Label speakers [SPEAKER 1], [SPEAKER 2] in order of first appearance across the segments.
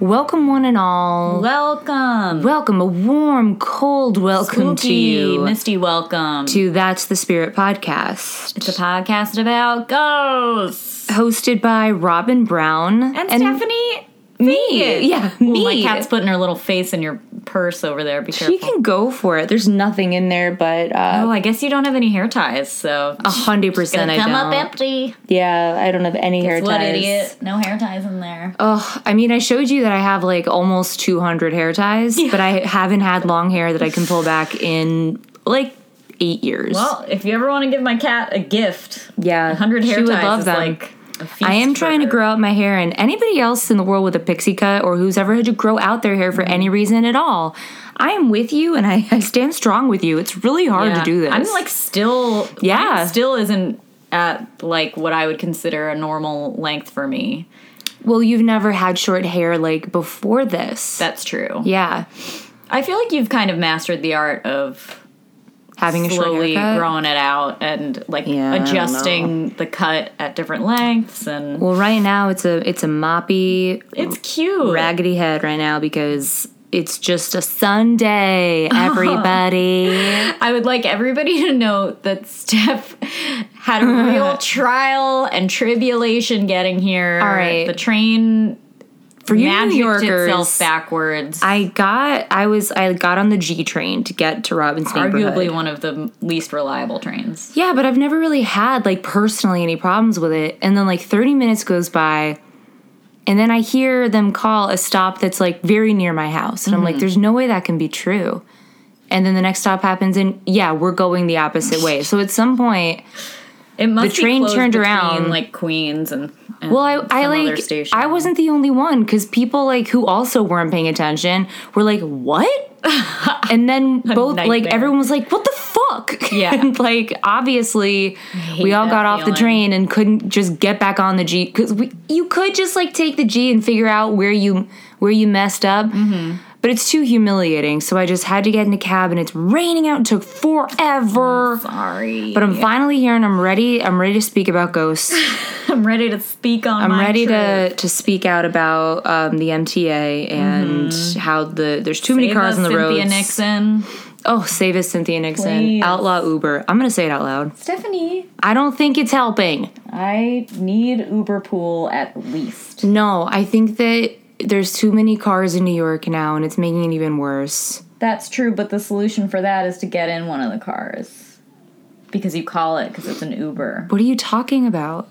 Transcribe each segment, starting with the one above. [SPEAKER 1] Welcome, one and all.
[SPEAKER 2] Welcome.
[SPEAKER 1] welcome, a warm, cold welcome to
[SPEAKER 2] Spooky,
[SPEAKER 1] you
[SPEAKER 2] Misty, welcome.
[SPEAKER 1] to That's the Spirit podcast,
[SPEAKER 2] it's a podcast about ghosts.
[SPEAKER 1] hosted by Robin Brown
[SPEAKER 2] And, Stephanie,
[SPEAKER 1] me. Yeah,
[SPEAKER 2] Ooh,
[SPEAKER 1] me.
[SPEAKER 2] My cat's putting her little face in your purse over there. Be
[SPEAKER 1] she
[SPEAKER 2] careful.
[SPEAKER 1] can go for it. There's nothing in there, but uh,
[SPEAKER 2] oh, I guess you don't have any hair ties, so
[SPEAKER 1] a hundred percent. Oh, I
[SPEAKER 2] come
[SPEAKER 1] don't.
[SPEAKER 2] up empty.
[SPEAKER 1] Yeah, I don't have any hair
[SPEAKER 2] What
[SPEAKER 1] ties. Oh.
[SPEAKER 2] idiot? No hair ties in there.
[SPEAKER 1] Ugh, I mean, I showed you that I have like almost 200 hair ties, but I haven't had long hair that I can pull back in like eight years.
[SPEAKER 2] Well, if you ever want to give my cat a gift,
[SPEAKER 1] yeah,
[SPEAKER 2] 100 hair
[SPEAKER 1] she would
[SPEAKER 2] ties
[SPEAKER 1] love
[SPEAKER 2] is
[SPEAKER 1] them.
[SPEAKER 2] like a feast
[SPEAKER 1] I am trying to
[SPEAKER 2] for her.
[SPEAKER 1] grow out my hair, and anybody else in the world with a pixie cut or who's ever had to grow out their hair for
[SPEAKER 2] Mm-hmm.
[SPEAKER 1] any reason at all, I am with you, and I, I stand strong with you. It's really hard
[SPEAKER 2] Yeah.
[SPEAKER 1] to do this.
[SPEAKER 2] I'm like still
[SPEAKER 1] Yeah.
[SPEAKER 2] mine still isn't at like what I would consider a normal length for me.
[SPEAKER 1] well, you've never had short hair like before this.
[SPEAKER 2] That's true.
[SPEAKER 1] yeah,
[SPEAKER 2] I feel like you've kind of mastered the art of
[SPEAKER 1] having a short
[SPEAKER 2] slowly
[SPEAKER 1] haircut.
[SPEAKER 2] growing it out and like
[SPEAKER 1] Yeah, I don't
[SPEAKER 2] adjusting the cut at different lengths and
[SPEAKER 1] Well, right now it's a it's a moppy
[SPEAKER 2] it's cute.
[SPEAKER 1] raggedy head right now because it's just a Sunday, everybody.
[SPEAKER 2] I would like everybody to know that Steph had a real trial and tribulation getting here. All
[SPEAKER 1] right.
[SPEAKER 2] The train
[SPEAKER 1] For you New
[SPEAKER 2] magicked itself
[SPEAKER 1] Yorkers,
[SPEAKER 2] backwards.
[SPEAKER 1] I got I was I got on the G train to get to Robin's
[SPEAKER 2] arguably
[SPEAKER 1] neighborhood.
[SPEAKER 2] one of the least reliable trains.
[SPEAKER 1] Yeah, but I've never really had like personally any problems with it. And then like 30 minutes goes by and then I hear them call a stop that's like very near my house. And I'm like, there's no way that can be true. And then the next stop happens and yeah, we're going the opposite way. So at some point
[SPEAKER 2] It must
[SPEAKER 1] The
[SPEAKER 2] be
[SPEAKER 1] train
[SPEAKER 2] closed
[SPEAKER 1] turned
[SPEAKER 2] between,
[SPEAKER 1] around.
[SPEAKER 2] like Queens and, and
[SPEAKER 1] Well, I, I
[SPEAKER 2] some other
[SPEAKER 1] like
[SPEAKER 2] station.
[SPEAKER 1] I wasn't the only one because people like who also weren't paying attention were like, "What?" and then both like
[SPEAKER 2] nightmare.
[SPEAKER 1] everyone was like, "What the fuck?"
[SPEAKER 2] Yeah.
[SPEAKER 1] and like obviously we all
[SPEAKER 2] that
[SPEAKER 1] got off the
[SPEAKER 2] feeling.
[SPEAKER 1] train and couldn't just get back on the G because you could just like take the G and figure out where you where you messed up.
[SPEAKER 2] Mm-hmm.
[SPEAKER 1] But it's too humiliating, so I just had to get in a cab, and it's raining out. It took
[SPEAKER 2] Mm-hmm.
[SPEAKER 1] forever,
[SPEAKER 2] sorry.
[SPEAKER 1] but I'm finally here, and I'm ready. I'm ready to speak about ghosts.
[SPEAKER 2] I'm ready to speak on.
[SPEAKER 1] I'm ready to to speak out about um, the MTA and how the there's too many cars on the
[SPEAKER 2] Mm-hmm. Cynthia
[SPEAKER 1] roads.
[SPEAKER 2] Nixon.
[SPEAKER 1] Oh, save us, Cynthia Nixon.
[SPEAKER 2] Please.
[SPEAKER 1] Outlaw Uber. I'm gonna say it out loud.
[SPEAKER 2] Stephanie,
[SPEAKER 1] I don't think it's helping.
[SPEAKER 2] I need Uber pool at least.
[SPEAKER 1] No, I think that there's too many cars in New York now, and it's making it even worse.
[SPEAKER 2] That's true, but the solution for that is to get in one of the cars because you call it because it's an Uber.
[SPEAKER 1] What are you talking about?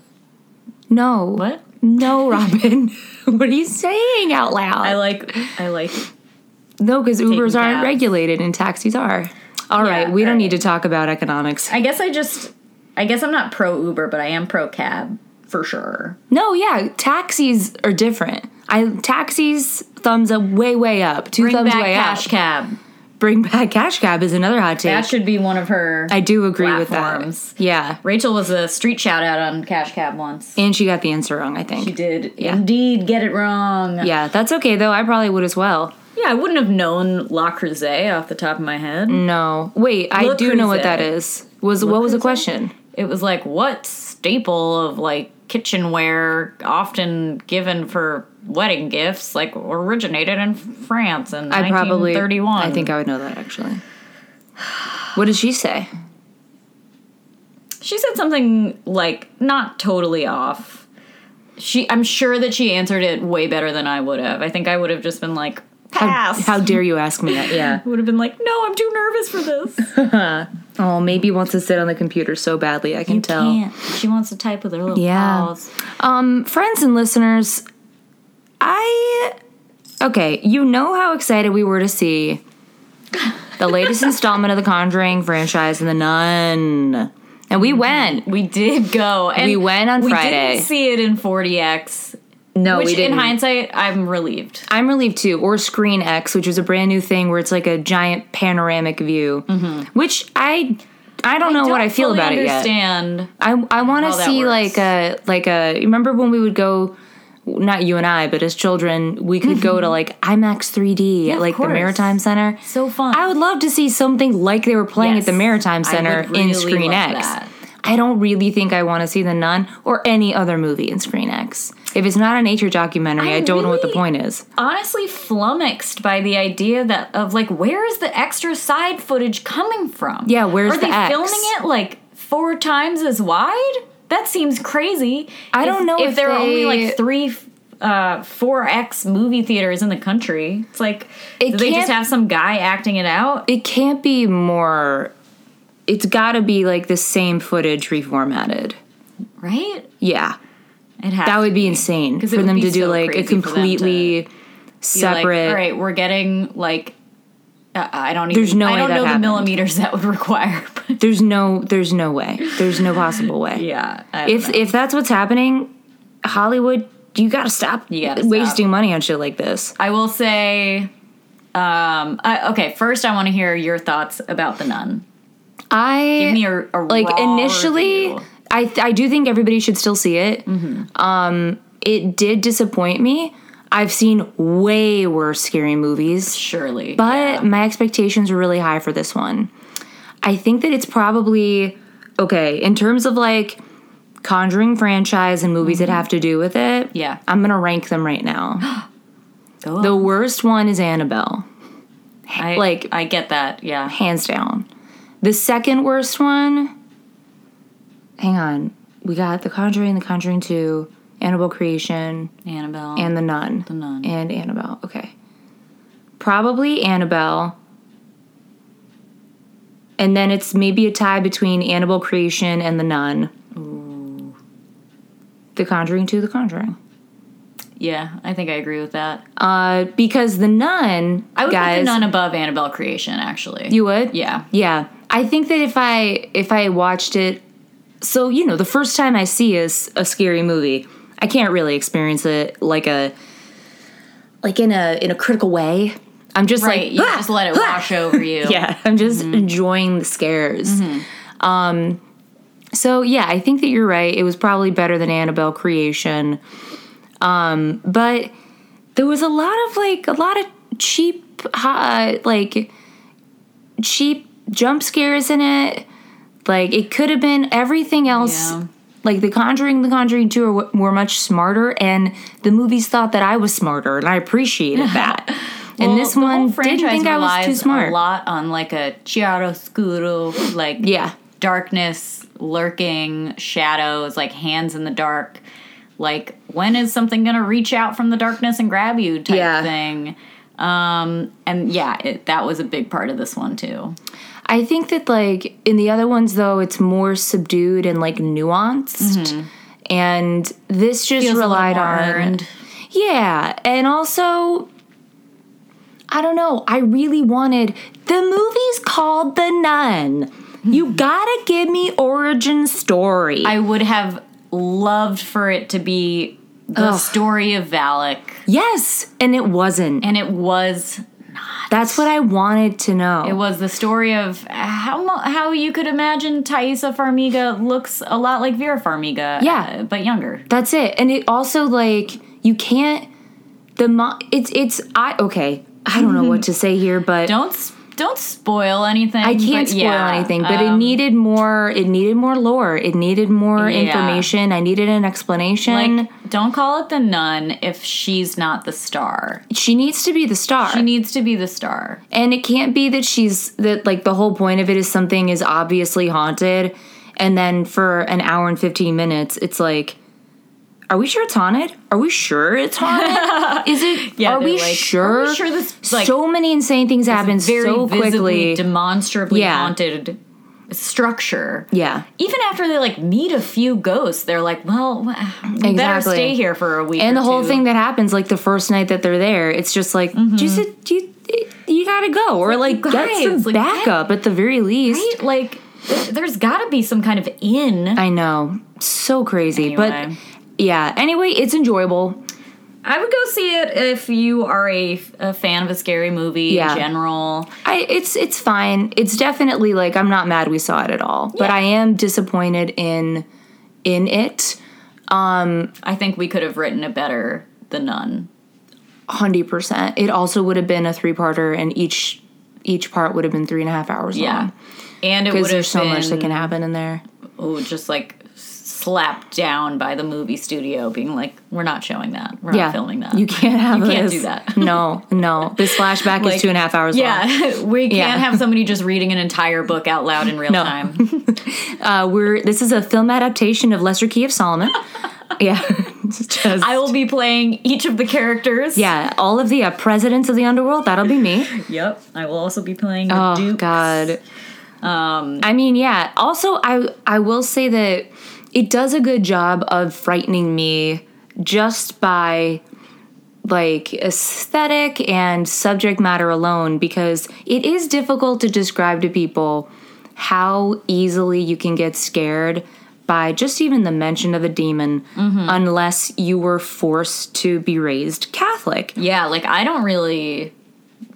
[SPEAKER 1] No.
[SPEAKER 2] What?
[SPEAKER 1] No, Robin. what are you saying out loud?
[SPEAKER 2] I like. I like.
[SPEAKER 1] no, because Ubers aren't
[SPEAKER 2] cabs.
[SPEAKER 1] regulated and taxis are. All right,
[SPEAKER 2] Yeah,
[SPEAKER 1] we don't
[SPEAKER 2] all
[SPEAKER 1] need to talk about economics.
[SPEAKER 2] I guess I just. I guess I'm not pro Uber, but I am pro cab for sure.
[SPEAKER 1] No, yeah, taxis are different. I taxis thumbs up way way up. Two
[SPEAKER 2] Bring
[SPEAKER 1] thumbs
[SPEAKER 2] back
[SPEAKER 1] way
[SPEAKER 2] cash
[SPEAKER 1] up.
[SPEAKER 2] cab.
[SPEAKER 1] Bring back cash cab is another hot take.
[SPEAKER 2] That should be one of her.
[SPEAKER 1] I do agree with
[SPEAKER 2] Platforms.
[SPEAKER 1] that. Yeah.
[SPEAKER 2] Rachel was a street shout out on Cash Cab once.
[SPEAKER 1] And she got the answer wrong, I
[SPEAKER 2] She
[SPEAKER 1] think.
[SPEAKER 2] did indeed get it wrong. Yeah.
[SPEAKER 1] Yeah, that's okay though. I probably would as well.
[SPEAKER 2] I wouldn't have known La Creuset off the top of my head.
[SPEAKER 1] No. Wait, I
[SPEAKER 2] Le
[SPEAKER 1] do know what
[SPEAKER 2] Creuset.
[SPEAKER 1] that is. Was what was the
[SPEAKER 2] Creuset?
[SPEAKER 1] question?
[SPEAKER 2] It was like what staple of like kitchenware often given for wedding gifts like originated in France in
[SPEAKER 1] I probably
[SPEAKER 2] 1931.
[SPEAKER 1] I think I would know that actually. What did she say?
[SPEAKER 2] she said something like not totally off. She I'm sure that she answered it way better than I would have. I think I would have just been like
[SPEAKER 1] How,
[SPEAKER 2] pass.
[SPEAKER 1] how dare you ask me that? Yeah.
[SPEAKER 2] I would have been like, no, I'm too nervous for this.
[SPEAKER 1] Oh, maybe wants to sit on the computer so badly. I can tell.
[SPEAKER 2] She wants to type with her little
[SPEAKER 1] Yeah.
[SPEAKER 2] paws.
[SPEAKER 1] Um, friends and listeners, I okay, you know how excited we were to see the latest installment of the Conjuring franchise and the Nun, and we went.
[SPEAKER 2] We did go. And
[SPEAKER 1] We went on
[SPEAKER 2] We
[SPEAKER 1] Friday.
[SPEAKER 2] didn't see it in 40X.
[SPEAKER 1] No,
[SPEAKER 2] Which
[SPEAKER 1] we didn't.
[SPEAKER 2] in hindsight, I'm relieved.
[SPEAKER 1] I'm relieved too, or Screen X, which was a brand new thing where it's like a giant panoramic view, which I. Mm-hmm. I don't know what I feel about it yet.
[SPEAKER 2] understand.
[SPEAKER 1] I I want to
[SPEAKER 2] how that
[SPEAKER 1] see
[SPEAKER 2] works.
[SPEAKER 1] like a like a. Remember when we would go, not you and I, but as children, we could go to like IMAX 3D at
[SPEAKER 2] Mm-hmm. of
[SPEAKER 1] like the
[SPEAKER 2] course.
[SPEAKER 1] Maritime Center.
[SPEAKER 2] So fun.
[SPEAKER 1] I would love to see something like they were playing
[SPEAKER 2] Yes.
[SPEAKER 1] at the Maritime
[SPEAKER 2] I
[SPEAKER 1] Center
[SPEAKER 2] would really
[SPEAKER 1] in Screen
[SPEAKER 2] love
[SPEAKER 1] X.
[SPEAKER 2] that.
[SPEAKER 1] I don't really think I want to see The Nun or any other movie in Screen X. If it's not a nature documentary, I,
[SPEAKER 2] I
[SPEAKER 1] don't know what the
[SPEAKER 2] really-
[SPEAKER 1] point is.
[SPEAKER 2] honestly flummoxed by the idea that of like where is the extra side footage coming from?
[SPEAKER 1] Yeah, where's
[SPEAKER 2] Are
[SPEAKER 1] the
[SPEAKER 2] they
[SPEAKER 1] X?
[SPEAKER 2] filming it like four times as wide? That seems crazy.
[SPEAKER 1] I
[SPEAKER 2] If-
[SPEAKER 1] don't know
[SPEAKER 2] if,
[SPEAKER 1] if
[SPEAKER 2] there are only
[SPEAKER 1] they-
[SPEAKER 2] like three uh 4x movie theaters in the country. It's like
[SPEAKER 1] It
[SPEAKER 2] do they just
[SPEAKER 1] can't-
[SPEAKER 2] have some guy acting it out?
[SPEAKER 1] It can't be more. It's got to be like the same footage reformatted.
[SPEAKER 2] Right?
[SPEAKER 1] Yeah,
[SPEAKER 2] It has
[SPEAKER 1] that
[SPEAKER 2] to
[SPEAKER 1] would
[SPEAKER 2] be
[SPEAKER 1] be insane
[SPEAKER 2] it
[SPEAKER 1] for
[SPEAKER 2] would
[SPEAKER 1] them
[SPEAKER 2] be
[SPEAKER 1] to do
[SPEAKER 2] so
[SPEAKER 1] like a
[SPEAKER 2] crazy for them to
[SPEAKER 1] completely
[SPEAKER 2] like,
[SPEAKER 1] separate.
[SPEAKER 2] all right, we're getting like uh, I don't even
[SPEAKER 1] There's no
[SPEAKER 2] I
[SPEAKER 1] way
[SPEAKER 2] don't
[SPEAKER 1] that
[SPEAKER 2] know
[SPEAKER 1] happened.
[SPEAKER 2] the millimeters that would require. But
[SPEAKER 1] There's no. There's no way. There's no possible way.
[SPEAKER 2] yeah. I don't
[SPEAKER 1] if if that's what's happening, Hollywood, you gotta stop
[SPEAKER 2] You gotta
[SPEAKER 1] wasting money on shit like this.
[SPEAKER 2] I will say, um, I, okay. First, I want to hear your thoughts about the nun.
[SPEAKER 1] I
[SPEAKER 2] Give me a, a
[SPEAKER 1] like
[SPEAKER 2] raw
[SPEAKER 1] initially
[SPEAKER 2] review.
[SPEAKER 1] I, I do think everybody should still see it um
[SPEAKER 2] Mm-hmm.
[SPEAKER 1] it did disappoint me i've seen way worse scary movies
[SPEAKER 2] surely,
[SPEAKER 1] but my expectations were really high for this one i think that it's probably okay in terms of like conjuring franchise and movies that have to do with it
[SPEAKER 2] Yeah.
[SPEAKER 1] i'm gonna rank them right now
[SPEAKER 2] Go
[SPEAKER 1] the
[SPEAKER 2] on.
[SPEAKER 1] worst one is annabelle
[SPEAKER 2] Oh, I,
[SPEAKER 1] like-
[SPEAKER 2] I get that. Yeah,
[SPEAKER 1] hands down. The second worst one. Hang on, we got The Conjuring, The Conjuring Two, Annabelle Creation,
[SPEAKER 2] Annabelle
[SPEAKER 1] and The Nun,
[SPEAKER 2] the nun.
[SPEAKER 1] and Annabelle. Okay, probably Annabelle. And then it's maybe a tie between Annabelle Creation and The Nun. The Conjuring Two, The Conjuring.
[SPEAKER 2] yeah, I think I agree with that.
[SPEAKER 1] Uh, because The Nun,
[SPEAKER 2] I would
[SPEAKER 1] guys,
[SPEAKER 2] put the nun above Annabelle creation, actually.
[SPEAKER 1] you would,
[SPEAKER 2] yeah,
[SPEAKER 1] Yeah, I think that if I if I watched it, so you know, the first time I see a, s- a scary movie, I can't really experience it like a like in a in a critical way. I'm just
[SPEAKER 2] right.
[SPEAKER 1] like
[SPEAKER 2] you
[SPEAKER 1] "Ah!"
[SPEAKER 2] just let it wash over you. Mm-hmm.
[SPEAKER 1] yeah, I'm just enjoying the scares. Um, so yeah, I think that you're right. It was probably better than Annabelle creation, um, but there was a lot of like a lot of cheap, uh, like cheap jump scares in it. Like it could have been everything else.
[SPEAKER 2] Yeah.
[SPEAKER 1] Like The Conjuring, The Conjuring Two are, were much smarter, and the movies thought that I was smarter, and I appreciated that. and this
[SPEAKER 2] Well, the whole
[SPEAKER 1] one didn't
[SPEAKER 2] franchise
[SPEAKER 1] think I was too
[SPEAKER 2] relies
[SPEAKER 1] smart.
[SPEAKER 2] A lot on like a chiaroscuro, like
[SPEAKER 1] Yeah.
[SPEAKER 2] darkness lurking shadows like hands in the dark like when is something gonna reach out from the darkness and grab you type
[SPEAKER 1] Yeah.
[SPEAKER 2] thing um and yeah it, that was a big part of this one too
[SPEAKER 1] I think that like in the other ones though it's more subdued and like nuanced. And this just
[SPEAKER 2] Mm-hmm. Feels a little
[SPEAKER 1] relied
[SPEAKER 2] more
[SPEAKER 1] on
[SPEAKER 2] earned.
[SPEAKER 1] Yeah, and also I don't know, I really wanted the movie's called The Nun. You got to give me origin story.
[SPEAKER 2] i would have loved for it to be the
[SPEAKER 1] Ugh.
[SPEAKER 2] story of valak
[SPEAKER 1] yes, and it wasn't.
[SPEAKER 2] and it was
[SPEAKER 1] That's what I wanted to know.
[SPEAKER 2] it was the story of how mo- how you could imagine Thaisa Farmiga looks a lot like Vera Farmiga,
[SPEAKER 1] Yeah.
[SPEAKER 2] uh, but younger.
[SPEAKER 1] That's it. And it also like you can't the mo- it's it's I okay. I don't know what to say here, but
[SPEAKER 2] don't s- don't spoil anything. uh,
[SPEAKER 1] I can't spoil anything, but
[SPEAKER 2] um,
[SPEAKER 1] it needed more it needed more lore. It needed more
[SPEAKER 2] Yeah.
[SPEAKER 1] information. I needed an explanation.
[SPEAKER 2] like don't call it the nun if she's not the star.
[SPEAKER 1] she needs to be the star.
[SPEAKER 2] She needs to be the star.
[SPEAKER 1] and it can't be that she's that like the whole point of it is something is obviously haunted and then for an hour and 15 minutes it's like are we sure it's haunted? Are we sure it's haunted? Is it?
[SPEAKER 2] Yeah,
[SPEAKER 1] are,
[SPEAKER 2] they're
[SPEAKER 1] we
[SPEAKER 2] like,
[SPEAKER 1] sure?
[SPEAKER 2] "Are we sure this, like,
[SPEAKER 1] so many insane things happen
[SPEAKER 2] Very
[SPEAKER 1] so
[SPEAKER 2] visibly,
[SPEAKER 1] quickly.
[SPEAKER 2] demonstrably
[SPEAKER 1] Yeah.
[SPEAKER 2] haunted structure.
[SPEAKER 1] yeah,
[SPEAKER 2] Even after they like meet a few ghosts, they're like, "Well, we better
[SPEAKER 1] Exactly.
[SPEAKER 2] stay here for a week."
[SPEAKER 1] and
[SPEAKER 2] or
[SPEAKER 1] the whole
[SPEAKER 2] two.
[SPEAKER 1] thing that happens like the first night that they're there, it's just like just you, you gotta go or like get
[SPEAKER 2] guys,
[SPEAKER 1] some
[SPEAKER 2] Mm-hmm. like,
[SPEAKER 1] backup at the very least.
[SPEAKER 2] Right? like, th- there's got to be some kind of in.
[SPEAKER 1] I know, so crazy,
[SPEAKER 2] Anyway.
[SPEAKER 1] but yeah. Anyway, it's enjoyable.
[SPEAKER 2] I would go see it if you are a, a fan of a scary movie
[SPEAKER 1] Yeah.
[SPEAKER 2] in general.
[SPEAKER 1] I, it's it's fine. It's definitely like I'm not mad we saw it at all, but
[SPEAKER 2] Yeah.
[SPEAKER 1] I am disappointed in in it.
[SPEAKER 2] I think we could have written a better The Nun.
[SPEAKER 1] 100%. It also would have been a three-parter and each each part would have been three and a half hours
[SPEAKER 2] Yeah.
[SPEAKER 1] long
[SPEAKER 2] And it would
[SPEAKER 1] because Um,
[SPEAKER 2] have
[SPEAKER 1] there's so
[SPEAKER 2] been,
[SPEAKER 1] much that can happen in there.
[SPEAKER 2] ooh, just like slapped down by the movie studio being like we're not showing that we're not filming that
[SPEAKER 1] You can't have
[SPEAKER 2] You can't
[SPEAKER 1] this.
[SPEAKER 2] do that.
[SPEAKER 1] no, no. This flashback
[SPEAKER 2] Like,
[SPEAKER 1] is two and a half hours long.
[SPEAKER 2] yeah we can't
[SPEAKER 1] Yeah.
[SPEAKER 2] have somebody just reading an entire book out loud in real time
[SPEAKER 1] Uh, we're this is a film adaptation of Lesser Key of Solomon. yeah, It's just-
[SPEAKER 2] I will be playing each of the characters.
[SPEAKER 1] yeah. All of the uh, presidents of the underworld. That'll be me.
[SPEAKER 2] Yep. I will also be playing the
[SPEAKER 1] Oh
[SPEAKER 2] Duke.
[SPEAKER 1] God.
[SPEAKER 2] Um,
[SPEAKER 1] I mean, yeah. Also, I I will say that it does a good job of frightening me just by like aesthetic and subject matter alone because it is difficult to describe to people how easily you can get scared by just even the mention of a demon unless you were forced to be raised Catholic.
[SPEAKER 2] yeah, like I don't really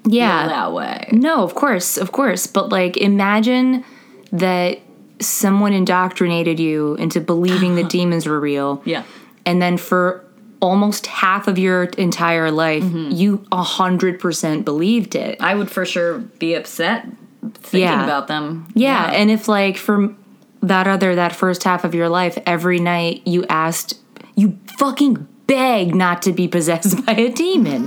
[SPEAKER 1] Yeah. Mm-hmm.
[SPEAKER 2] feel that way.
[SPEAKER 1] No, of course, of course. But like, imagine that someone indoctrinated you into believing that demons were real,
[SPEAKER 2] Yeah.
[SPEAKER 1] and then for almost half of your entire life, you a hundred percent believed it.
[SPEAKER 2] I would for sure be upset thinking
[SPEAKER 1] Yeah.
[SPEAKER 2] about them.
[SPEAKER 1] Yeah, and if like for that other that first half of your life, every night you asked, you fucking begged not to be possessed by a demon.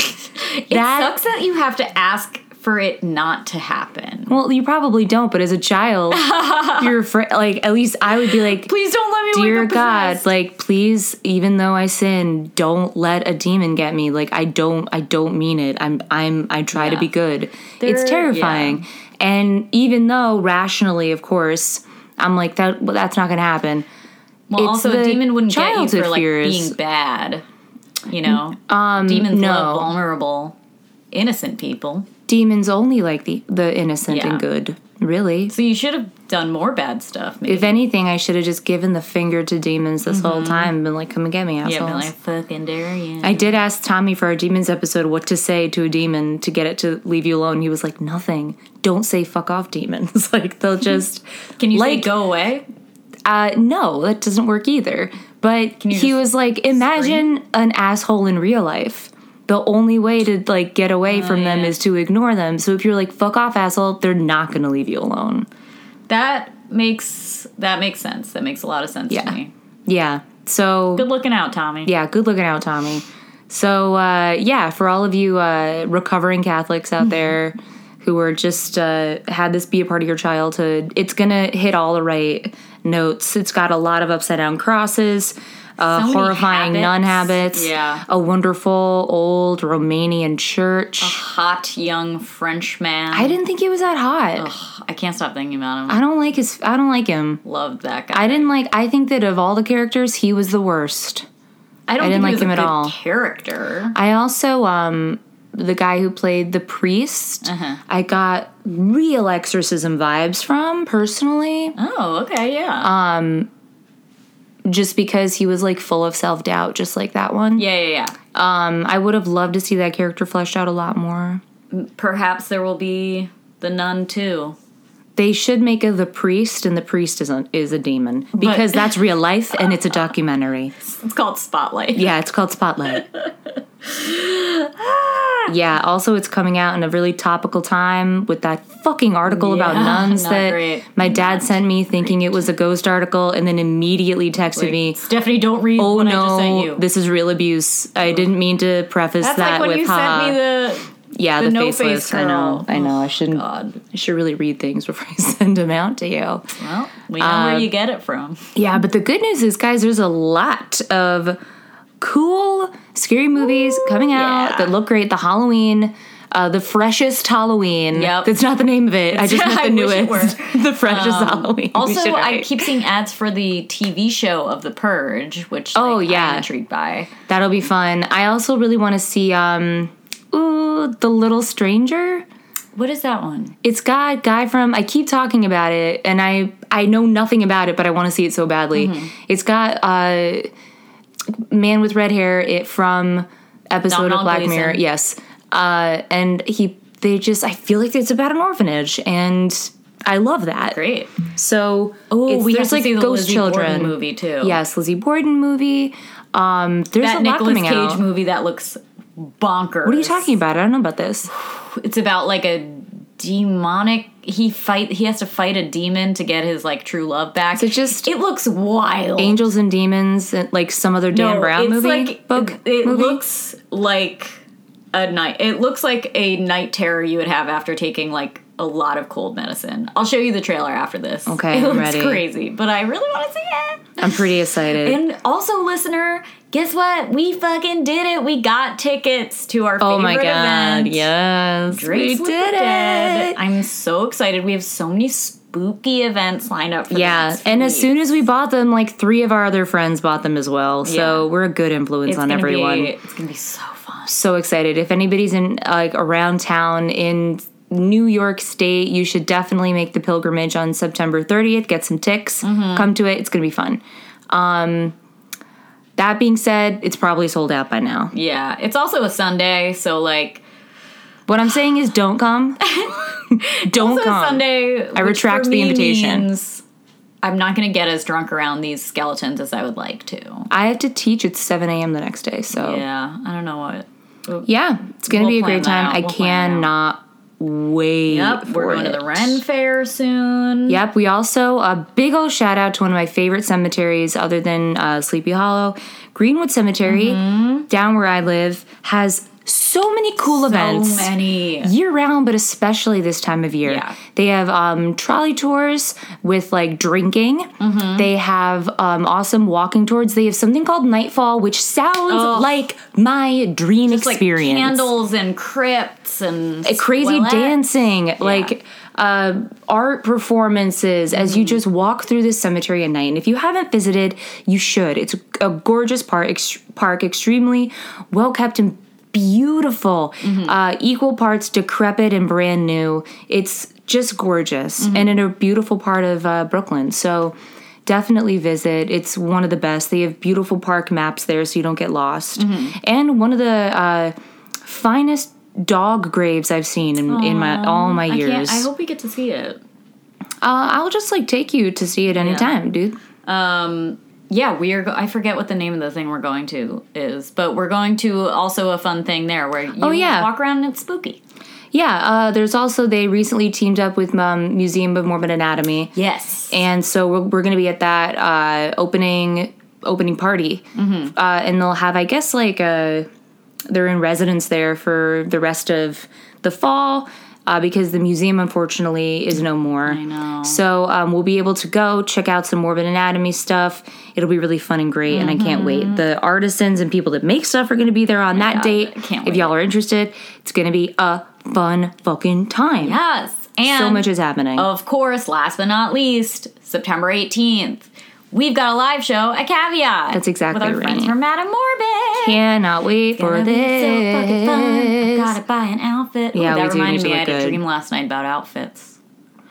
[SPEAKER 2] It sucks that you have to ask for it not to happen.
[SPEAKER 1] Well, you probably don't, but as a child, you're afraid. Like, at least I would be like,
[SPEAKER 2] Please don't let me
[SPEAKER 1] dear
[SPEAKER 2] wake up
[SPEAKER 1] god
[SPEAKER 2] possessed.
[SPEAKER 1] like please even though i sin don't let a demon get me like i don't i don't mean it i'm i'm i try to
[SPEAKER 2] Yeah.
[SPEAKER 1] be good
[SPEAKER 2] There-
[SPEAKER 1] it's terrifying and even though rationally of course i'm like that well, that's not gonna happen
[SPEAKER 2] Well,
[SPEAKER 1] it's
[SPEAKER 2] also a
[SPEAKER 1] the
[SPEAKER 2] demon wouldn't get you
[SPEAKER 1] childhood
[SPEAKER 2] for like
[SPEAKER 1] fears.
[SPEAKER 2] being bad. You know, um, demons
[SPEAKER 1] no.
[SPEAKER 2] love vulnerable, innocent people.
[SPEAKER 1] demons only like the the innocent
[SPEAKER 2] Yeah.
[SPEAKER 1] and good really
[SPEAKER 2] So you should have done more bad stuff. Maybe.
[SPEAKER 1] if anything i should have just given the finger to demons this whole time and been like come and get me assholes.
[SPEAKER 2] Mm-hmm. yeah, but I fucking dare you.
[SPEAKER 1] I did ask Tommy for our demons episode what to say to a demon to get it to leave you alone. He was like, nothing. Don't say fuck off, demons. like they'll
[SPEAKER 2] Mm-hmm.
[SPEAKER 1] just
[SPEAKER 2] Can you
[SPEAKER 1] like
[SPEAKER 2] say go away?
[SPEAKER 1] uh, no, that doesn't work either. But
[SPEAKER 2] you
[SPEAKER 1] he
[SPEAKER 2] just
[SPEAKER 1] was like, imagine an asshole in real life. The only way to like get away from them
[SPEAKER 2] Oh, yeah.
[SPEAKER 1] is to ignore them. So if you're like fuck off, asshole, they're not gonna leave you alone.
[SPEAKER 2] That makes that makes sense. That makes a lot of sense
[SPEAKER 1] Yeah.
[SPEAKER 2] to me.
[SPEAKER 1] Yeah. So
[SPEAKER 2] Good looking out, Tommy.
[SPEAKER 1] yeah, good looking out, Tommy. So uh, yeah, for all of you uh, recovering Catholics
[SPEAKER 2] Mm-hmm.
[SPEAKER 1] out there who are just uh, had this be a part of your childhood, it's gonna hit all the right notes. It's got a lot of upside down crosses. Uh,
[SPEAKER 2] many
[SPEAKER 1] horrifying
[SPEAKER 2] habits.
[SPEAKER 1] nun habits.
[SPEAKER 2] Yeah.
[SPEAKER 1] A wonderful old Romanian church.
[SPEAKER 2] Hot young Frenchman.
[SPEAKER 1] I didn't think he was that hot.
[SPEAKER 2] I can't stop thinking about him.
[SPEAKER 1] I don't like his. I don't like him.
[SPEAKER 2] Loved that guy.
[SPEAKER 1] I didn't like. I think that of all the characters, he was the worst.
[SPEAKER 2] I don't
[SPEAKER 1] I didn't
[SPEAKER 2] think
[SPEAKER 1] like
[SPEAKER 2] he was a
[SPEAKER 1] him at
[SPEAKER 2] good
[SPEAKER 1] all.
[SPEAKER 2] Character.
[SPEAKER 1] I also um the guy who played the priest
[SPEAKER 2] Uh-huh.
[SPEAKER 1] I got real exorcism vibes from personally
[SPEAKER 2] Oh, okay, yeah.
[SPEAKER 1] Um, just because he was like full of self-doubt just like that one.
[SPEAKER 2] Oh. yeah, yeah, yeah.
[SPEAKER 1] Um I would have loved to see that character fleshed out a lot more.
[SPEAKER 2] Perhaps there will be the nun too.
[SPEAKER 1] They should make a the priest and the priest is a, is a demon because that's real life and it's a documentary.
[SPEAKER 2] It's called Spotlight.
[SPEAKER 1] Yeah, it's called Spotlight. yeah, also it's coming out in a really topical time with that fucking article about
[SPEAKER 2] Yeah,
[SPEAKER 1] nuns
[SPEAKER 2] not
[SPEAKER 1] that
[SPEAKER 2] great.
[SPEAKER 1] my dad sent me thinking it was a ghost article and then immediately texted me,
[SPEAKER 2] Stephanie, don't read
[SPEAKER 1] "Oh
[SPEAKER 2] what I just sent
[SPEAKER 1] no,
[SPEAKER 2] you.
[SPEAKER 1] this is real abuse. I didn't mean to preface
[SPEAKER 2] That's
[SPEAKER 1] that
[SPEAKER 2] like when
[SPEAKER 1] with
[SPEAKER 2] you
[SPEAKER 1] ha."
[SPEAKER 2] sent me the
[SPEAKER 1] yeah, the,
[SPEAKER 2] the no
[SPEAKER 1] faceless.
[SPEAKER 2] face
[SPEAKER 1] I know.
[SPEAKER 2] girl. Oh,
[SPEAKER 1] I know. I shouldn't
[SPEAKER 2] God.
[SPEAKER 1] I should really read things before I send them out to you.
[SPEAKER 2] Well, we know where
[SPEAKER 1] Um,
[SPEAKER 2] you get it from.
[SPEAKER 1] Yeah, but the good news is, guys, there's a lot of cool scary movies coming out
[SPEAKER 2] yeah.
[SPEAKER 1] that look great. The Halloween, uh, the freshest Halloween.
[SPEAKER 2] Yep.
[SPEAKER 1] That's not the name of it. I just meant
[SPEAKER 2] I
[SPEAKER 1] the
[SPEAKER 2] wish it Um,
[SPEAKER 1] newest. the freshest Halloween. We
[SPEAKER 2] Also,
[SPEAKER 1] should
[SPEAKER 2] I
[SPEAKER 1] write.
[SPEAKER 2] keep seeing ads for the TV show of The Purge, which like,
[SPEAKER 1] Oh, yeah.
[SPEAKER 2] I'm intrigued by.
[SPEAKER 1] that'll be fun. I also really want to see. Um, ooh, the Little Stranger.
[SPEAKER 2] What is that one?
[SPEAKER 1] It's got guy from I keep talking about it and I I know nothing about it but I want to see it so badly.
[SPEAKER 2] Mm-hmm.
[SPEAKER 1] It's got uh man with red hair it from episode
[SPEAKER 2] Domhnall
[SPEAKER 1] of Black
[SPEAKER 2] Gleeson.
[SPEAKER 1] Mirror. Yes. Uh and he they just I feel like it's about an orphanage and I love that.
[SPEAKER 2] Great.
[SPEAKER 1] So
[SPEAKER 2] Oh,
[SPEAKER 1] it's,
[SPEAKER 2] we have
[SPEAKER 1] there's
[SPEAKER 2] to
[SPEAKER 1] like
[SPEAKER 2] see the
[SPEAKER 1] ghost
[SPEAKER 2] Lizzie Borden
[SPEAKER 1] children
[SPEAKER 2] movie too.
[SPEAKER 1] Yes, Lizzie Borden movie. Um there's
[SPEAKER 2] that
[SPEAKER 1] a lot
[SPEAKER 2] Nicolas
[SPEAKER 1] coming
[SPEAKER 2] Cage
[SPEAKER 1] out.
[SPEAKER 2] movie that looks bonkers.
[SPEAKER 1] What are you talking about? I don't know about this.
[SPEAKER 2] It's about like a demonic he fight he has to fight a demon to get his like true love back.
[SPEAKER 1] So just-
[SPEAKER 2] it looks wild.
[SPEAKER 1] Angels and Demons, and, like some other Dan Brown
[SPEAKER 2] it's
[SPEAKER 1] movie.
[SPEAKER 2] Like,
[SPEAKER 1] book
[SPEAKER 2] it
[SPEAKER 1] movie?
[SPEAKER 2] looks like a night. It looks like a night terror you would have after taking like a lot of cold medicine. I'll show you the trailer after this.
[SPEAKER 1] Okay,
[SPEAKER 2] it
[SPEAKER 1] I'm
[SPEAKER 2] looks
[SPEAKER 1] ready.
[SPEAKER 2] crazy, but I really want to see it.
[SPEAKER 1] I'm pretty excited.
[SPEAKER 2] And also, listener, guess what? We fucking did it. We got tickets to our
[SPEAKER 1] oh
[SPEAKER 2] favorite
[SPEAKER 1] my god!
[SPEAKER 2] event.
[SPEAKER 1] Yes,
[SPEAKER 2] Drinks
[SPEAKER 1] we
[SPEAKER 2] with the
[SPEAKER 1] did
[SPEAKER 2] Dead.
[SPEAKER 1] it.
[SPEAKER 2] I'm so excited. We have so many spooky events lined up. for the
[SPEAKER 1] Yeah,
[SPEAKER 2] next
[SPEAKER 1] and
[SPEAKER 2] few
[SPEAKER 1] as soon as we bought them, like three of our other friends bought them as well. So
[SPEAKER 2] Yeah.
[SPEAKER 1] we're a good influence
[SPEAKER 2] weeks.
[SPEAKER 1] on
[SPEAKER 2] gonna be-
[SPEAKER 1] everyone.
[SPEAKER 2] it's gonna be so fun.
[SPEAKER 1] So excited! If anybody's in like around town in New York State, you should definitely make the pilgrimage on September 30th. Get some ticks.
[SPEAKER 2] Mm-hmm.
[SPEAKER 1] Come to it. It's gonna be fun. Um, that being said, it's probably sold out by now.
[SPEAKER 2] Yeah, it's also a Sunday, so like
[SPEAKER 1] What I'm saying is, don't come. don't
[SPEAKER 2] also
[SPEAKER 1] come.
[SPEAKER 2] a Sunday. I
[SPEAKER 1] retract the invitation.
[SPEAKER 2] I'm not gonna get as drunk around these skeletons as I would like to.
[SPEAKER 1] I have to teach at 7 a.m. the next day, so yeah,
[SPEAKER 2] Yeah, I don't know what.
[SPEAKER 1] it's gonna
[SPEAKER 2] We'll
[SPEAKER 1] be a
[SPEAKER 2] plan
[SPEAKER 1] great
[SPEAKER 2] that
[SPEAKER 1] time.
[SPEAKER 2] out.
[SPEAKER 1] I
[SPEAKER 2] We'll plan that
[SPEAKER 1] cannot wait.
[SPEAKER 2] Yep,
[SPEAKER 1] for
[SPEAKER 2] we're going to
[SPEAKER 1] it.
[SPEAKER 2] the Ren Fair soon.
[SPEAKER 1] Yep, we also a big old shout out to one of my favorite cemeteries other than uh, Sleepy Hollow, Greenwood Cemetery, down where I live, has so many cool events.
[SPEAKER 2] Mm-hmm. So many.
[SPEAKER 1] year round, but especially this time of year.
[SPEAKER 2] Yeah.
[SPEAKER 1] They have um, trolley tours with like drinking.
[SPEAKER 2] Mm-hmm.
[SPEAKER 1] They have um, awesome walking tours. They have something called Nightfall, which sounds like my dream
[SPEAKER 2] It's Oh. like
[SPEAKER 1] experience.
[SPEAKER 2] candles and crypts and
[SPEAKER 1] A crazy
[SPEAKER 2] toilettes.
[SPEAKER 1] dancing, like uh, art performances as you just walk through this cemetery at night. And if you haven't visited, you should. It's a gorgeous park, ex- park extremely well kept and beautiful, uh, equal parts decrepit and brand new. It's just gorgeous and in a beautiful part of uh, Brooklyn. So definitely visit. It's one of the best. They have beautiful park maps there so you don't get lost. And one of the uh, finest dog graves I've seen in, in my all my
[SPEAKER 2] I can't-
[SPEAKER 1] years.
[SPEAKER 2] I, hope we get to see it.
[SPEAKER 1] Uh, I'll just like take you to see it anytime, dude.
[SPEAKER 2] Yeah, we are. Go- I forget what the name of the thing we're going to is, but we're going to also a fun thing there where you
[SPEAKER 1] Oh, yeah.
[SPEAKER 2] walk around and it's spooky.
[SPEAKER 1] Yeah, uh, there's also they recently teamed up with um, Museum of Mormon Anatomy,
[SPEAKER 2] Yes.
[SPEAKER 1] and so we're, we're going to be at that uh, opening opening party,
[SPEAKER 2] Mm-hmm.
[SPEAKER 1] uh, and they'll have I guess like a they're in residence there for the rest of the fall uh, because the museum unfortunately is no more. I
[SPEAKER 2] know.
[SPEAKER 1] So um, we'll be able to go check out some Morbid Anatomy stuff. It'll be really fun and great, and I
[SPEAKER 2] Mm-hmm.
[SPEAKER 1] can't wait. The artisans and people that make stuff are going to be there on that date.
[SPEAKER 2] can't
[SPEAKER 1] if
[SPEAKER 2] wait.
[SPEAKER 1] y'all are interested, it's going to be a fun fucking time.
[SPEAKER 2] Yes. And
[SPEAKER 1] So much is happening.
[SPEAKER 2] Of course, last but not least, September 18th, we've got a live show at Caveat.
[SPEAKER 1] That's exactly
[SPEAKER 2] With our
[SPEAKER 1] right.
[SPEAKER 2] friends from Madame Morbid.
[SPEAKER 1] Cannot wait for
[SPEAKER 2] Gonna be so fucking
[SPEAKER 1] this.
[SPEAKER 2] fun. Gotta buy an outfit. Ooh,
[SPEAKER 1] Yeah, we
[SPEAKER 2] that
[SPEAKER 1] do need
[SPEAKER 2] reminded
[SPEAKER 1] to
[SPEAKER 2] me I had
[SPEAKER 1] look
[SPEAKER 2] a
[SPEAKER 1] good.
[SPEAKER 2] dream last night about outfits.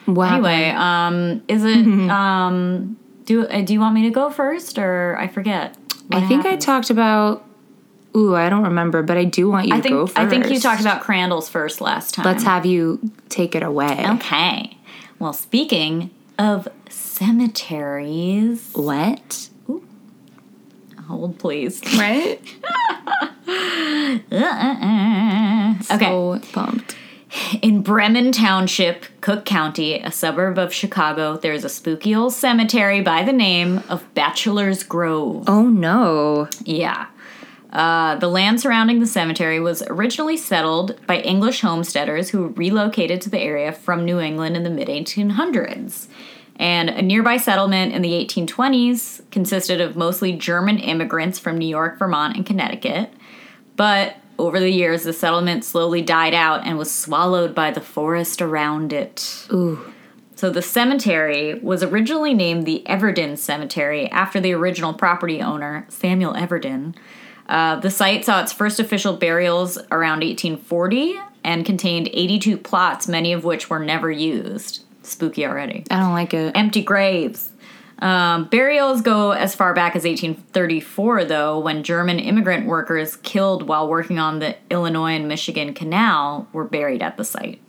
[SPEAKER 1] wow.
[SPEAKER 2] Anyway, um, is it um, do uh, do you want me to go first or I forget?
[SPEAKER 1] I think I talked about. Ooh, I don't remember, but I do want you
[SPEAKER 2] I
[SPEAKER 1] to go
[SPEAKER 2] think
[SPEAKER 1] first.
[SPEAKER 2] I think you talked about Crandall's first last time.
[SPEAKER 1] Let's have you take it away.
[SPEAKER 2] okay. Well, speaking of cemeteries.
[SPEAKER 1] What?
[SPEAKER 2] Hold, please.
[SPEAKER 1] Right?
[SPEAKER 2] Okay.
[SPEAKER 1] So pumped.
[SPEAKER 2] In Bremen Township, Cook County, a suburb of Chicago, there's a spooky old cemetery by the name of Bachelor's Grove.
[SPEAKER 1] Oh no.
[SPEAKER 2] Yeah. Uh, the land surrounding the cemetery was originally settled by English homesteaders who relocated to the area from New England in the mid 1800s. And a nearby settlement in the 1820s consisted of mostly German immigrants from New York, Vermont, and Connecticut. But over the years, the settlement slowly died out and was swallowed by the forest around it. So the cemetery was originally named the Everden Cemetery after the original property owner, Samuel Everden. Uh, the site saw its first official burials around 1840 and contained 82 plots, many of which were never used. Spooky already
[SPEAKER 1] I don't like it.
[SPEAKER 2] empty graves. Um, burials go as far back as 1834, though, when German immigrant workers
[SPEAKER 1] Mm-hmm.
[SPEAKER 2] killed while working on the Illinois and Michigan Canal were buried at the site.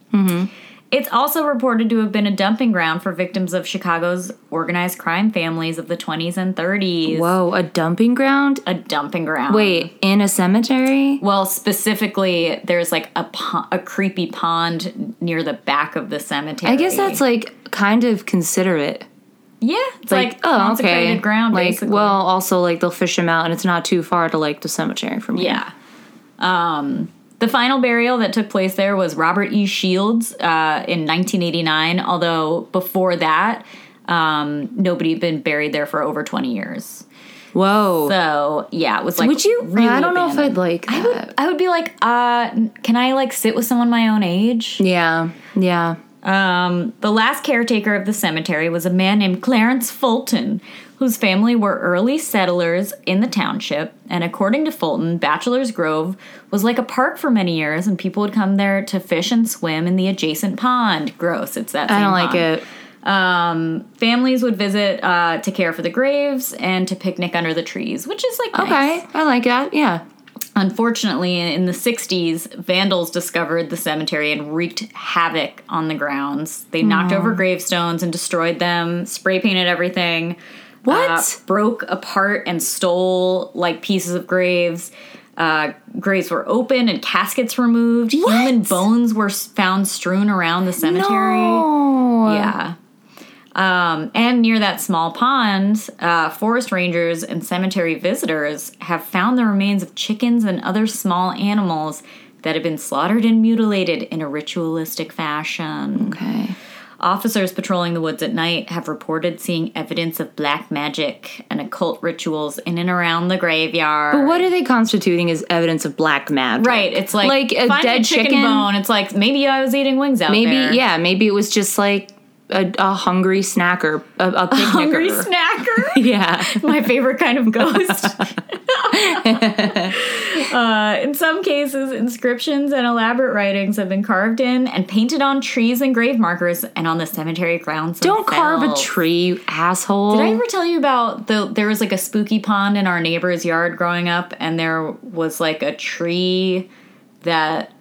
[SPEAKER 2] It's also reported to have been a dumping ground for victims of Chicago's organized crime families of the 20s and 30s.
[SPEAKER 1] Whoa, a dumping ground?
[SPEAKER 2] A dumping ground.
[SPEAKER 1] Wait, in a cemetery?
[SPEAKER 2] Well, specifically, there's like a po- a creepy pond near the back of the cemetery.
[SPEAKER 1] I guess that's like kind of considerate.
[SPEAKER 2] yeah, it's like,
[SPEAKER 1] oh,
[SPEAKER 2] consecrated
[SPEAKER 1] okay.
[SPEAKER 2] ground.
[SPEAKER 1] like,
[SPEAKER 2] basically.
[SPEAKER 1] well, also like they'll fish him out, and it's not too far to like the cemetery from here.
[SPEAKER 2] Yeah. Um, the final burial that took place there was Robert E. Shields uh, in 1989, although before that, um, nobody had been buried there for over 20 years.
[SPEAKER 1] Whoa.
[SPEAKER 2] So, yeah, it was like.
[SPEAKER 1] would you?
[SPEAKER 2] Really
[SPEAKER 1] I don't know if
[SPEAKER 2] abandoned.
[SPEAKER 1] I'd like that.
[SPEAKER 2] I would, I would be like, uh, can I like sit with someone my own age?
[SPEAKER 1] yeah. Yeah.
[SPEAKER 2] Um, the last caretaker of the cemetery was a man named Clarence Fulton, whose family were early settlers in the township. And according to Fulton, Bachelor's Grove was like a park for many years, and people would come there to fish and swim in the adjacent pond. Gross, it's that. Same
[SPEAKER 1] I don't like
[SPEAKER 2] pond.
[SPEAKER 1] it.
[SPEAKER 2] Um, families would visit uh, to care for the graves and to picnic under the trees, which is like nice.
[SPEAKER 1] Okay. I like that. Yeah.
[SPEAKER 2] Unfortunately, in the 60s, vandals discovered the cemetery and wreaked havoc on the grounds. They knocked over gravestones and destroyed them, spray painted everything. uh,
[SPEAKER 1] What?
[SPEAKER 2] broke apart and stole like pieces of graves. Uh, graves were opened and caskets removed. Human
[SPEAKER 1] What?
[SPEAKER 2] bones were s- found strewn around the cemetery.
[SPEAKER 1] No.
[SPEAKER 2] Yeah. Um, and near that small pond, uh, forest rangers and cemetery visitors have found the remains of chickens and other small animals that have been slaughtered and mutilated in a ritualistic fashion.
[SPEAKER 1] Okay.
[SPEAKER 2] Officers patrolling the woods at night have reported seeing evidence of black magic and occult rituals in and around the graveyard.
[SPEAKER 1] But what are they constituting as evidence of black magic?
[SPEAKER 2] Right, it's like
[SPEAKER 1] Like a
[SPEAKER 2] find
[SPEAKER 1] dead
[SPEAKER 2] chicken,
[SPEAKER 1] chicken?
[SPEAKER 2] bone. It's like maybe I was eating wings out
[SPEAKER 1] Maybe
[SPEAKER 2] there.
[SPEAKER 1] yeah. Maybe it was just like a, a hungry snacker, a, a picnicker.
[SPEAKER 2] hungry snacker.
[SPEAKER 1] yeah.
[SPEAKER 2] my favorite kind of ghost. uh, in some cases, inscriptions and elaborate writings have been carved in and painted on trees and grave markers and on the cemetery grounds.
[SPEAKER 1] Don't carve a
[SPEAKER 2] themselves.
[SPEAKER 1] tree, you asshole.
[SPEAKER 2] Did I ever tell you about the there was like a spooky pond in our neighbor's yard growing up, and there was like a tree that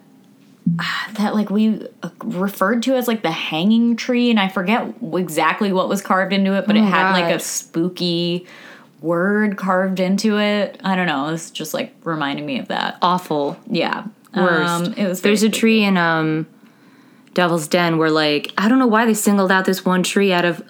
[SPEAKER 2] ah, that like we uh, referred to as like the hanging tree, and I forget exactly what was carved into it, but
[SPEAKER 1] Oh,
[SPEAKER 2] it had like a
[SPEAKER 1] God.
[SPEAKER 2] spooky word carved into it. I don't know. It's just like reminding me of that.
[SPEAKER 1] Awful.
[SPEAKER 2] Yeah,
[SPEAKER 1] Worst.
[SPEAKER 2] Um, it was.
[SPEAKER 1] There's
[SPEAKER 2] very
[SPEAKER 1] a tree in um Devil's Den where like I don't know why they singled out this one tree out of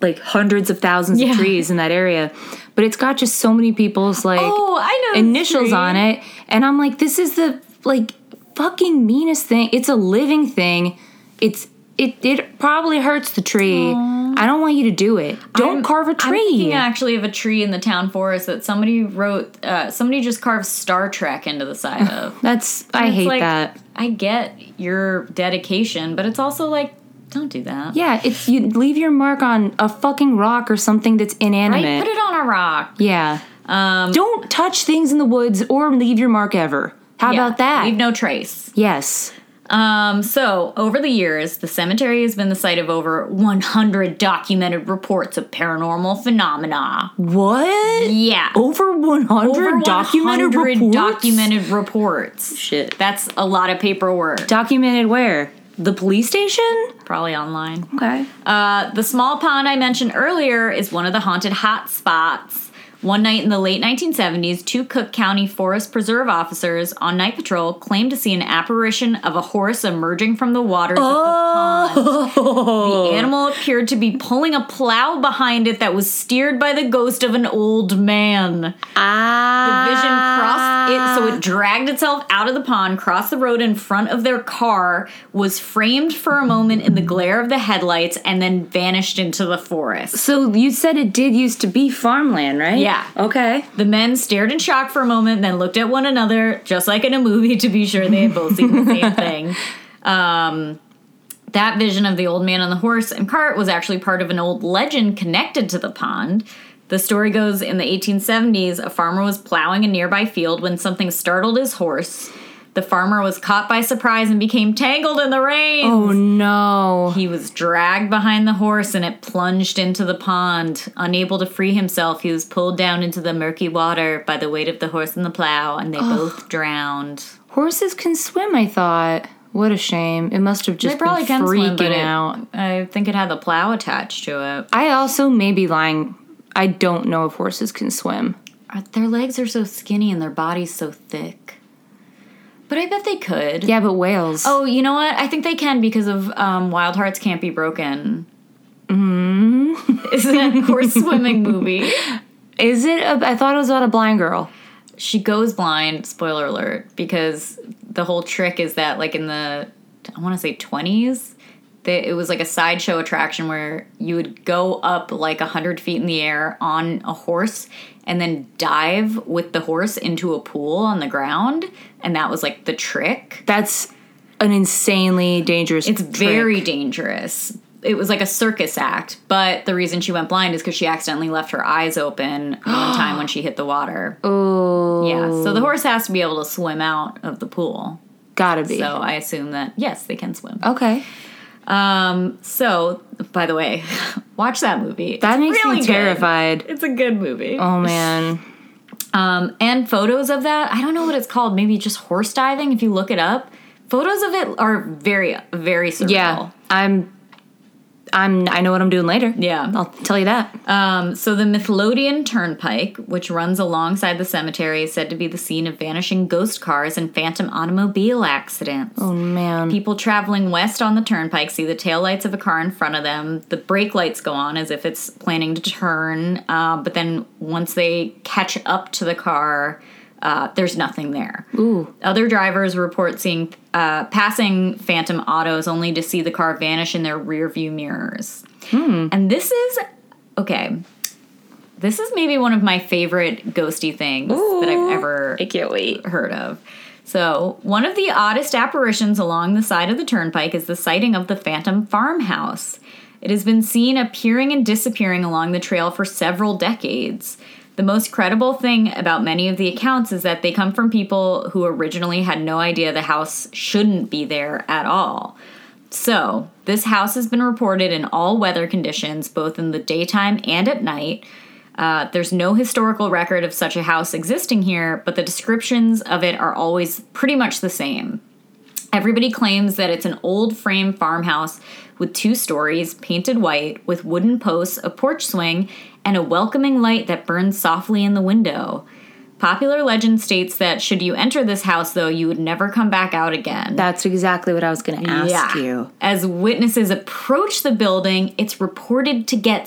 [SPEAKER 1] like hundreds of thousands
[SPEAKER 2] Yeah.
[SPEAKER 1] of trees in that area, but it's got just so many people's like
[SPEAKER 2] Oh, I know this
[SPEAKER 1] initials
[SPEAKER 2] tree.
[SPEAKER 1] on it, and I'm like, this is the like fucking meanest thing. It's a living thing. It's it it probably hurts the tree. I don't want you to do it. Don't
[SPEAKER 2] I'm-
[SPEAKER 1] carve a
[SPEAKER 2] I'm thinking
[SPEAKER 1] tree.
[SPEAKER 2] actually of a tree in the town forest that somebody wrote. Uh, somebody just carved Star Trek into the side of.
[SPEAKER 1] That's I
[SPEAKER 2] It's
[SPEAKER 1] hate
[SPEAKER 2] like,
[SPEAKER 1] that.
[SPEAKER 2] I get your dedication, but it's also like, don't do that.
[SPEAKER 1] Yeah, it's you leave your mark on a fucking rock or something that's inanimate.
[SPEAKER 2] Right? Put it on a rock.
[SPEAKER 1] Yeah. Um, Don't touch things in the woods or leave your mark ever. How
[SPEAKER 2] Yeah,
[SPEAKER 1] about that?
[SPEAKER 2] Leave no trace.
[SPEAKER 1] yes.
[SPEAKER 2] Um, so, over the years, the cemetery has been the site of over 100 documented reports of paranormal phenomena.
[SPEAKER 1] What?
[SPEAKER 2] Yeah.
[SPEAKER 1] Over 100
[SPEAKER 2] Over
[SPEAKER 1] documented
[SPEAKER 2] 100
[SPEAKER 1] reports?
[SPEAKER 2] documented reports.
[SPEAKER 1] Shit.
[SPEAKER 2] That's a lot of paperwork.
[SPEAKER 1] Documented where? The police station?
[SPEAKER 2] Probably online.
[SPEAKER 1] Okay.
[SPEAKER 2] Uh, the small pond I mentioned earlier is one of the haunted hot spots. One night in the late 1970s, two Cook County Forest Preserve officers on night patrol claimed to see an apparition of a horse emerging from the waters of the pond. The animal appeared to be pulling a plow behind it that was steered by the ghost of an old man. The vision crossed it,
[SPEAKER 1] Ah.
[SPEAKER 2] so it dragged itself out of the pond, crossed the road in front of their car, was framed for a moment in the glare of the headlights, and then vanished into the forest.
[SPEAKER 1] So you said it did used to be farmland, right?
[SPEAKER 2] Yeah.
[SPEAKER 1] Okay.
[SPEAKER 2] The men stared in shock for a moment, then looked at one another, just like in a movie, to be sure they had both seen the same thing. Um, that vision of the old man on the horse and cart was actually part of an old legend connected to the pond. The story goes in the 1870s, a farmer was plowing a nearby field when something startled his horse. The farmer was caught by surprise and became tangled in the reins.
[SPEAKER 1] Oh no.
[SPEAKER 2] He was dragged behind the horse and it plunged into the pond. Unable to free himself, he was pulled down into the murky water by the weight of the horse and the plow, and they both drowned.
[SPEAKER 1] Horses can swim, I thought. What a shame. It must have just
[SPEAKER 2] They probably
[SPEAKER 1] been
[SPEAKER 2] penciled it,
[SPEAKER 1] freaking
[SPEAKER 2] but it-
[SPEAKER 1] out.
[SPEAKER 2] I think it had the plow attached to it.
[SPEAKER 1] I also may be lying. I don't know if horses can swim.
[SPEAKER 2] Uh, Their legs are so skinny and their bodies so thick. But I bet they could.
[SPEAKER 1] Yeah, but whales.
[SPEAKER 2] Oh, you know what? I think they can because of um, Wild Hearts Can't Be Broken. Mm. Isn't that a horse swimming movie?
[SPEAKER 1] is it? A, I thought it was about a blind girl.
[SPEAKER 2] She goes blind. Spoiler alert! Because the whole trick is that, like in the, I want to say twenties, that it was like a sideshow attraction where you would go up like hundred feet in the air on a horse and then dive with the horse into a pool on the ground, and that was like the trick.
[SPEAKER 1] That's an insanely dangerous.
[SPEAKER 2] It's very dangerous. It was like a circus act, but the reason she went blind is because she accidentally left her eyes open one time when she hit the water.
[SPEAKER 1] Oh,
[SPEAKER 2] Yeah, so the horse has to be able to swim out of the pool.
[SPEAKER 1] gotta be.
[SPEAKER 2] So I assume that yes, they can swim.
[SPEAKER 1] Okay,
[SPEAKER 2] Um, so by the way, watch that movie.
[SPEAKER 1] that
[SPEAKER 2] It's
[SPEAKER 1] makes
[SPEAKER 2] really
[SPEAKER 1] me
[SPEAKER 2] good.
[SPEAKER 1] terrified.
[SPEAKER 2] It's a good movie.
[SPEAKER 1] Oh man,
[SPEAKER 2] Um, and photos of that. I don't know what it's called. Maybe just horse diving. If you look it up, photos of it are very, very surreal.
[SPEAKER 1] yeah, I'm, I'm. I know what I'm doing later.
[SPEAKER 2] Yeah.
[SPEAKER 1] I'll tell you that.
[SPEAKER 2] Um, so the Mithlodian Turnpike, which runs alongside the cemetery, is said to be the scene of vanishing ghost cars and phantom automobile accidents.
[SPEAKER 1] Oh man,
[SPEAKER 2] People traveling west on the turnpike see the taillights of a car in front of them. The brake lights go on as if it's planning to turn, uh, but then once they catch up to the car, uh, there's nothing there.
[SPEAKER 1] Ooh.
[SPEAKER 2] Other drivers report seeing uh, passing phantom autos only to see the car vanish in their rearview mirrors. And this is okay. This is maybe one of my favorite ghosty things that I've ever
[SPEAKER 1] can't wait.
[SPEAKER 2] heard of. So, one of the oddest apparitions along the side of the turnpike is the sighting of the Phantom Farmhouse. It has been seen appearing and disappearing along the trail for several decades. The most credible thing about many of the accounts is that they come from people who originally had no idea the house shouldn't be there at all. So, this house has been reported in all weather conditions, both in the daytime and at night. Uh, there's no historical record of such a house existing here, but the descriptions of it are always pretty much the same. Everybody claims that it's an old frame farmhouse with two stories, painted white, with wooden posts, a porch swing, and a welcoming light that burns softly in the window. Popular legend states that should you enter this house, though, you would never come back out again.
[SPEAKER 1] That's exactly what I was gonna ask you.
[SPEAKER 2] As witnesses approach the building, it's reported to get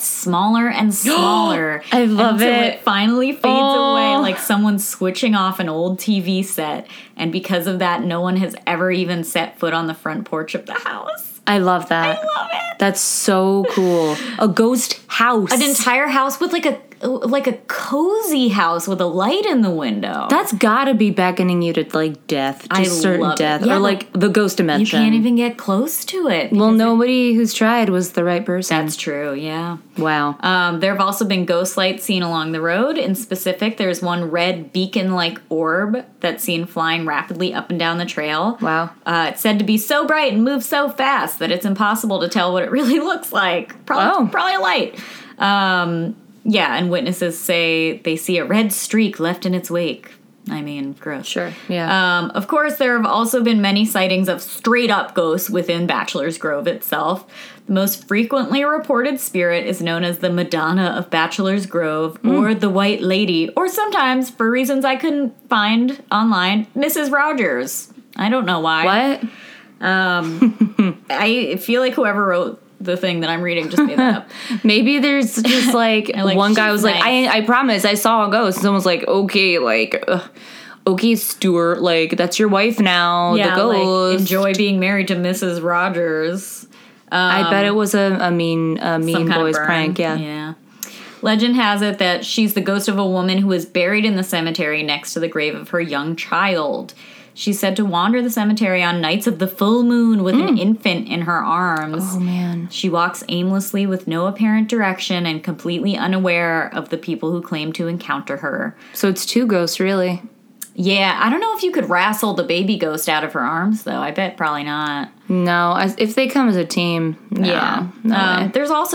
[SPEAKER 2] smaller and smaller.
[SPEAKER 1] I love
[SPEAKER 2] until
[SPEAKER 1] it.
[SPEAKER 2] it finally fades
[SPEAKER 1] Oh.
[SPEAKER 2] away like someone switching off an old TV set. And because of that, no one has ever even set foot on the front porch of the house.
[SPEAKER 1] I love that.
[SPEAKER 2] Love it.
[SPEAKER 1] That's so cool. A ghost house.
[SPEAKER 2] An entire house with like a like a cozy house with a light in the window.
[SPEAKER 1] That's gotta be beckoning you to like death,
[SPEAKER 2] I
[SPEAKER 1] to certain
[SPEAKER 2] love it.
[SPEAKER 1] death,
[SPEAKER 2] Yeah,
[SPEAKER 1] or
[SPEAKER 2] but
[SPEAKER 1] like the ghost dimension.
[SPEAKER 2] you can't even get close to it.
[SPEAKER 1] Well, nobody who's tried was the right person.
[SPEAKER 2] That's true, yeah.
[SPEAKER 1] wow.
[SPEAKER 2] Um, there have also been ghost lights seen along the road. In specific, there's one red beacon like orb that's seen flying rapidly up and down the trail.
[SPEAKER 1] Wow.
[SPEAKER 2] Uh, it's said to be so bright and move so fast that it's impossible to tell what it really looks like. Probably,
[SPEAKER 1] Oh.
[SPEAKER 2] probably a light. Um, yeah, and witnesses say they see a red streak left in its wake. I mean, gross.
[SPEAKER 1] Sure. Yeah.
[SPEAKER 2] Um, of course, there have also been many sightings of straight up ghosts within Bachelor's Grove itself. The most frequently reported spirit is known as the Madonna of Bachelor's Grove
[SPEAKER 1] Hmm.
[SPEAKER 2] or the White Lady, or sometimes, for reasons I couldn't find online, Mrs. Rogers. I don't know why.
[SPEAKER 1] what?
[SPEAKER 2] I feel like whoever wrote the thing that I'm reading just made that up.
[SPEAKER 1] Maybe there's just like,
[SPEAKER 2] like,
[SPEAKER 1] one guy
[SPEAKER 2] she's
[SPEAKER 1] was like,
[SPEAKER 2] nice.
[SPEAKER 1] I, I promise, I saw a ghost. And someone's like, okay, like, ugh, okay, Stuart, like, that's your wife now.
[SPEAKER 2] Yeah,
[SPEAKER 1] the
[SPEAKER 2] like,
[SPEAKER 1] ghost.
[SPEAKER 2] enjoy being married to Mrs. Rogers.
[SPEAKER 1] I bet it was a, a mean, a mean
[SPEAKER 2] um, some kind of
[SPEAKER 1] boys
[SPEAKER 2] burn.
[SPEAKER 1] prank. Yeah.
[SPEAKER 2] Legend has it that she's the ghost of a woman who was buried in the cemetery next to the grave of her young child. She's said to wander the cemetery on nights of the full moon with
[SPEAKER 1] Hmm.
[SPEAKER 2] an infant in her arms.
[SPEAKER 1] Oh man.
[SPEAKER 2] She walks aimlessly with no apparent direction and completely unaware of the people who claim to encounter her.
[SPEAKER 1] So it's two ghosts, really.
[SPEAKER 2] Yeah, I don't know if you could wrestle the baby ghost out of her arms, though. I bet probably not.
[SPEAKER 1] No, I, if they come as a team, no,
[SPEAKER 2] Yeah.
[SPEAKER 1] no
[SPEAKER 2] um,
[SPEAKER 1] way.
[SPEAKER 2] there's uh,
[SPEAKER 1] Mm-hmm.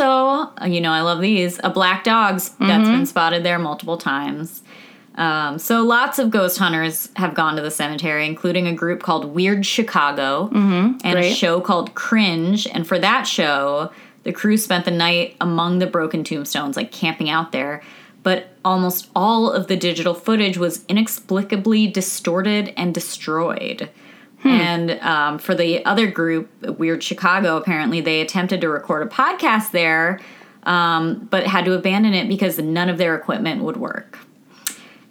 [SPEAKER 2] also, you know, I love these, a black dog s- that's been spotted there multiple times. Um, so lots of ghost hunters have gone to the cemetery, including a group called Weird Chicago and a
[SPEAKER 1] Mm-hmm. great.
[SPEAKER 2] show called Cringe. And for that show, the crew spent the night among the broken tombstones, like camping out there. But almost all of the digital footage was inexplicably distorted and destroyed.
[SPEAKER 1] Hmm.
[SPEAKER 2] And um, for the other group, Weird Chicago, apparently they attempted to record a podcast there, um, but had to abandon it because none of their equipment would work.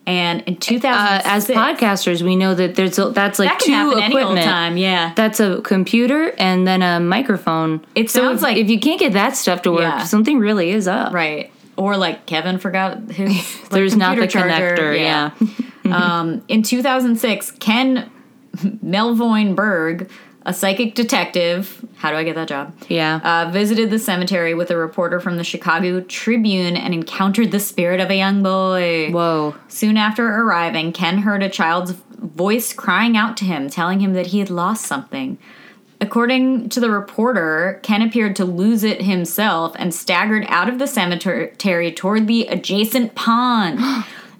[SPEAKER 2] And in 2000,
[SPEAKER 1] Uh, as podcasters, we know that there's a, that's like
[SPEAKER 2] that can
[SPEAKER 1] two
[SPEAKER 2] happen any old
[SPEAKER 1] equipment.
[SPEAKER 2] time, yeah.
[SPEAKER 1] That's a computer and then a microphone.
[SPEAKER 2] It
[SPEAKER 1] So
[SPEAKER 2] sounds
[SPEAKER 1] if-
[SPEAKER 2] like-
[SPEAKER 1] if you can't get that stuff to work,
[SPEAKER 2] Yeah.
[SPEAKER 1] something really is up.
[SPEAKER 2] Right. Or like Kevin forgot his like,
[SPEAKER 1] There's not the
[SPEAKER 2] computer charger.
[SPEAKER 1] connector. Yeah.
[SPEAKER 2] um, in 2006, Ken Melvoin Berg, a psychic detective, how do I get that job?
[SPEAKER 1] Yeah.
[SPEAKER 2] Uh, visited the cemetery with a reporter from the Chicago Tribune and encountered the spirit of a young boy.
[SPEAKER 1] Whoa.
[SPEAKER 2] Soon after arriving, Ken heard a child's voice crying out to him, telling him that he had lost something. According to the reporter, Ken appeared to lose it himself and staggered out of the cemetery toward the adjacent pond.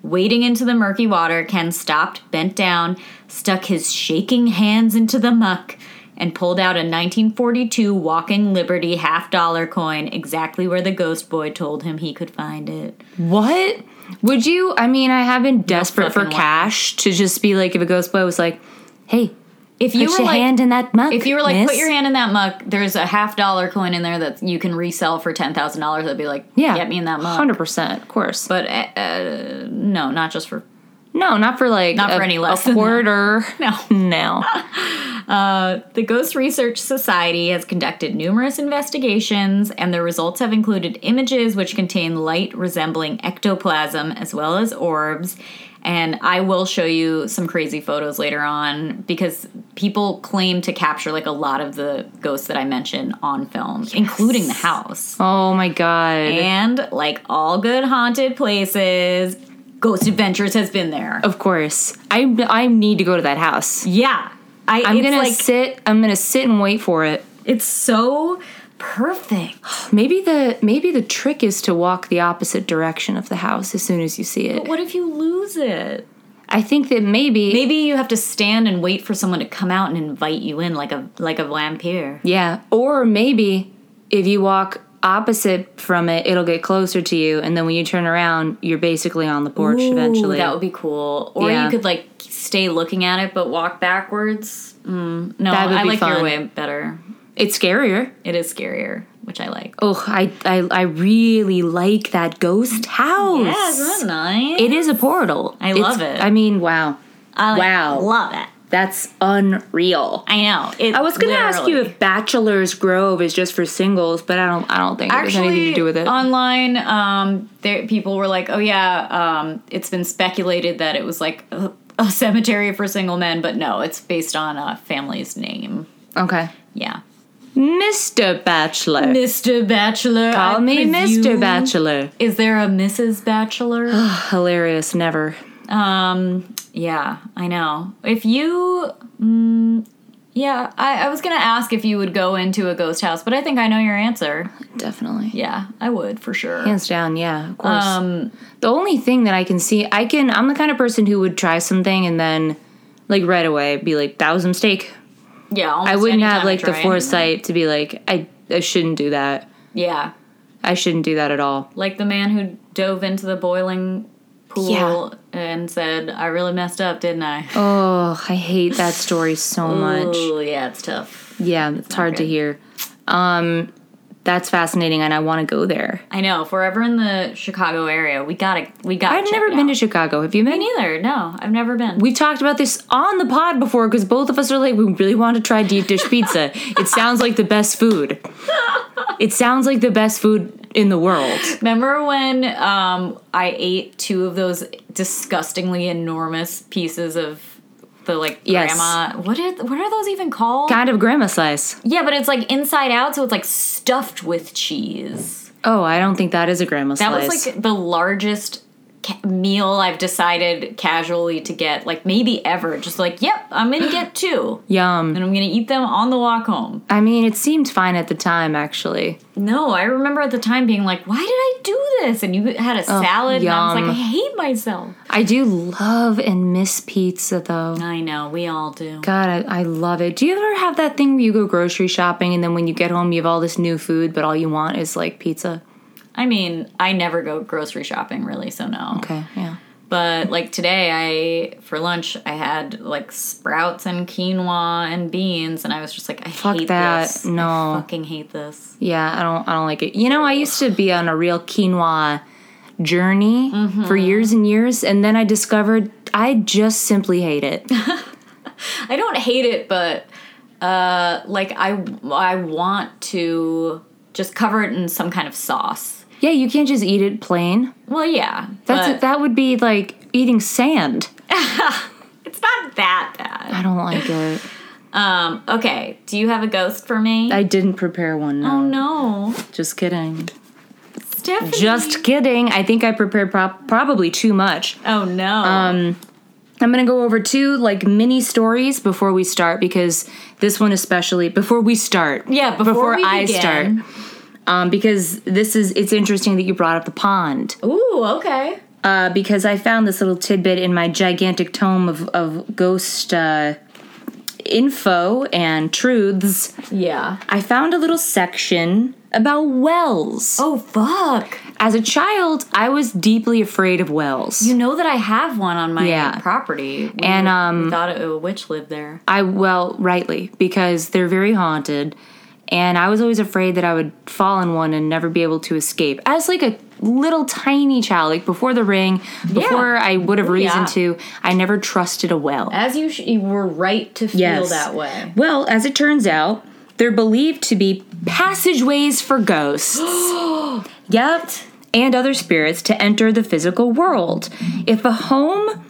[SPEAKER 2] Wading into the murky water, Ken stopped, bent down, stuck his shaking hands into the muck, and pulled out a 1942 Walking Liberty half dollar coin exactly where the ghost boy told him he could find it.
[SPEAKER 1] What? Would you? I mean, I have been desperate for
[SPEAKER 2] fucking way.
[SPEAKER 1] cash to just be like, if a ghost boy was like, hey,
[SPEAKER 2] If
[SPEAKER 1] put
[SPEAKER 2] you
[SPEAKER 1] your
[SPEAKER 2] were like,
[SPEAKER 1] hand in that muck.
[SPEAKER 2] If you were like,
[SPEAKER 1] miss.
[SPEAKER 2] put your hand in that muck, there's a half dollar coin in there that you can resell for ten thousand dollars. I'd be like,
[SPEAKER 1] yeah,
[SPEAKER 2] get me in that muck.
[SPEAKER 1] 100%, of course.
[SPEAKER 2] But uh, uh, no, not just for
[SPEAKER 1] no, not for like
[SPEAKER 2] Not
[SPEAKER 1] a,
[SPEAKER 2] for any less
[SPEAKER 1] a
[SPEAKER 2] than that.
[SPEAKER 1] quarter.
[SPEAKER 2] no.
[SPEAKER 1] no.
[SPEAKER 2] The Ghost Research Society has conducted numerous investigations, and their results have included images which contain light resembling ectoplasm as well as orbs. And I will show you some crazy photos later on because people claim to capture like a lot of the ghosts that I mentioned on film, including the house.
[SPEAKER 1] Oh my god.
[SPEAKER 2] And like all good haunted places, Ghost Adventures has been there.
[SPEAKER 1] of course. I I need to go to that house.
[SPEAKER 2] Yeah. I,
[SPEAKER 1] I'm
[SPEAKER 2] it's
[SPEAKER 1] gonna
[SPEAKER 2] like,
[SPEAKER 1] sit. I'm gonna sit and wait for it.
[SPEAKER 2] it's so perfect.
[SPEAKER 1] Maybe the maybe the trick is to walk the opposite direction of the house as soon as you see it.
[SPEAKER 2] What if you lose it?
[SPEAKER 1] I think that maybe,
[SPEAKER 2] Maybe you have to stand and wait for someone to come out and invite you in like a like a vampire.
[SPEAKER 1] yeah, or maybe if you walk opposite from it, it'll get closer to you, and then when you turn around, you're basically on the porch eventually.
[SPEAKER 2] that would be cool. Or
[SPEAKER 1] Yeah.
[SPEAKER 2] you could like stay looking at it but walk backwards. Mm, no,
[SPEAKER 1] That would
[SPEAKER 2] I
[SPEAKER 1] be
[SPEAKER 2] like
[SPEAKER 1] fun.
[SPEAKER 2] your way better.
[SPEAKER 1] it's scarier.
[SPEAKER 2] It is scarier, which I like.
[SPEAKER 1] Oh, I, I I really like that ghost house.
[SPEAKER 2] Yeah, isn't that nice?
[SPEAKER 1] It is a portal.
[SPEAKER 2] I
[SPEAKER 1] It's-
[SPEAKER 2] love it.
[SPEAKER 1] I mean, wow,
[SPEAKER 2] I like-
[SPEAKER 1] wow.
[SPEAKER 2] love it.
[SPEAKER 1] that's unreal.
[SPEAKER 2] I know. It
[SPEAKER 1] I was gonna ask you if Bachelor's Grove is just for singles, but I don't. I don't think it
[SPEAKER 2] actually
[SPEAKER 1] has anything to do with it.
[SPEAKER 2] online. Um, there people were like, "Oh yeah, um, it's been speculated that it was like a, a cemetery for single men, but no, it's based on a family's name."
[SPEAKER 1] okay,
[SPEAKER 2] Yeah,
[SPEAKER 1] Mr. Bachelor.
[SPEAKER 2] Mr. Bachelor.
[SPEAKER 1] Call
[SPEAKER 2] I
[SPEAKER 1] me Mr.
[SPEAKER 2] presume.
[SPEAKER 1] Bachelor.
[SPEAKER 2] Is there a Mrs. Bachelor?
[SPEAKER 1] Hilarious, never.
[SPEAKER 2] um, yeah, I know. If you. Mm, yeah, I, I was gonna ask if you would go into a ghost house, but I think I know your answer.
[SPEAKER 1] Definitely.
[SPEAKER 2] Yeah, I would for sure.
[SPEAKER 1] Hands down, yeah, of course.
[SPEAKER 2] Um,
[SPEAKER 1] the only thing that I can see, I can, I'm the kind of person who would try something and then, like, right away be like, that was a mistake.
[SPEAKER 2] Yeah,
[SPEAKER 1] I wouldn't have, like, the foresight to be like, I, I shouldn't do that.
[SPEAKER 2] Yeah,
[SPEAKER 1] I shouldn't do that at all.
[SPEAKER 2] like the man who dove into the boiling pool
[SPEAKER 1] Yeah.
[SPEAKER 2] and said, "I really messed up, didn't I?"
[SPEAKER 1] Oh, I hate that story so much.
[SPEAKER 2] Ooh, yeah, it's tough.
[SPEAKER 1] Yeah, it's hard to
[SPEAKER 2] good.
[SPEAKER 1] hear. Um, that's fascinating, and I want to go there.
[SPEAKER 2] I know. If we're ever in the Chicago area, we gotta we gotta.
[SPEAKER 1] I've never been to Chicago. Have you been?
[SPEAKER 2] neither. No, I've never been.
[SPEAKER 1] We've talked about this on the pod before because both of us are like, we really want to try deep dish pizza. it sounds like the best food. It sounds like the best food in the world.
[SPEAKER 2] Remember when um, I ate two of those disgustingly enormous pieces of the like
[SPEAKER 1] Yes.
[SPEAKER 2] grandma? What are what are those even called?
[SPEAKER 1] Kind of grandma slice.
[SPEAKER 2] Yeah, but it's like inside out, so it's like stuffed with cheese.
[SPEAKER 1] Oh, I don't think that is a grandma
[SPEAKER 2] That
[SPEAKER 1] slice.
[SPEAKER 2] was like the largest ca- meal I've decided casually to get, like maybe ever. Just like, yep, I'm gonna get two, and
[SPEAKER 1] Yum.
[SPEAKER 2] I'm gonna eat them on the walk home.
[SPEAKER 1] I mean, it seemed fine at the time, actually.
[SPEAKER 2] No, I remember at the time being like, why did I do this? And you had a salad, and I was
[SPEAKER 1] yum.
[SPEAKER 2] like, I hate myself.
[SPEAKER 1] I do love and miss pizza, though.
[SPEAKER 2] I know, we all do.
[SPEAKER 1] God, I, I love it. Do you ever have that thing where you go grocery shopping and then when you get home, you have all this new food, but all you want is like pizza?
[SPEAKER 2] I mean, I never go grocery shopping really, so no.
[SPEAKER 1] Okay, yeah.
[SPEAKER 2] But like today, I for lunch I had like sprouts and quinoa and beans, and I was just like, I hate
[SPEAKER 1] that. Mm.
[SPEAKER 2] this.
[SPEAKER 1] No.
[SPEAKER 2] I fucking hate this.
[SPEAKER 1] Yeah, I don't I don't like it. You know, I used to be on a real quinoa journey for years and years and then I discovered I just simply hate it.
[SPEAKER 2] I don't hate it, but uh, like I I want to just cover it in some kind of sauce.
[SPEAKER 1] yeah, you can't just eat it plain.
[SPEAKER 2] Well, yeah,
[SPEAKER 1] That's
[SPEAKER 2] but
[SPEAKER 1] that would be like eating sand.
[SPEAKER 2] it's not that bad.
[SPEAKER 1] I don't like it.
[SPEAKER 2] Um, okay, do you have a ghost for me?
[SPEAKER 1] I didn't prepare one. No.
[SPEAKER 2] oh no,
[SPEAKER 1] Just kidding.
[SPEAKER 2] Stephanie.
[SPEAKER 1] Just kidding. I think I prepared prob probably too much.
[SPEAKER 2] oh no.
[SPEAKER 1] um, I'm gonna go over two like mini stories before we start because this one especially before we start.
[SPEAKER 2] yeah, before, we
[SPEAKER 1] I
[SPEAKER 2] begin-
[SPEAKER 1] start. Um, because this is it's interesting that you brought up the pond.
[SPEAKER 2] Ooh, okay.
[SPEAKER 1] Uh, because I found this little tidbit in my gigantic tome of, of ghost uh, info and truths.
[SPEAKER 2] Yeah.
[SPEAKER 1] I found a little section about wells.
[SPEAKER 2] Oh fuck.
[SPEAKER 1] As a child, I was deeply afraid of wells.
[SPEAKER 2] You know that I have one on my
[SPEAKER 1] Yeah.
[SPEAKER 2] property. We,
[SPEAKER 1] And, um,
[SPEAKER 2] we thought a witch lived there.
[SPEAKER 1] I well, rightly, because they're very haunted, and I was always afraid that I would fall in one and never be able to escape. As like a little tiny child, like before the ring, before I would have reason
[SPEAKER 2] yeah.
[SPEAKER 1] to, I never trusted a well.
[SPEAKER 2] As you, sh- you were right to feel
[SPEAKER 1] Yes.
[SPEAKER 2] that way.
[SPEAKER 1] Well, as it turns out, they're believed to be passageways for ghosts. yep. And other spirits to enter the physical world. If a home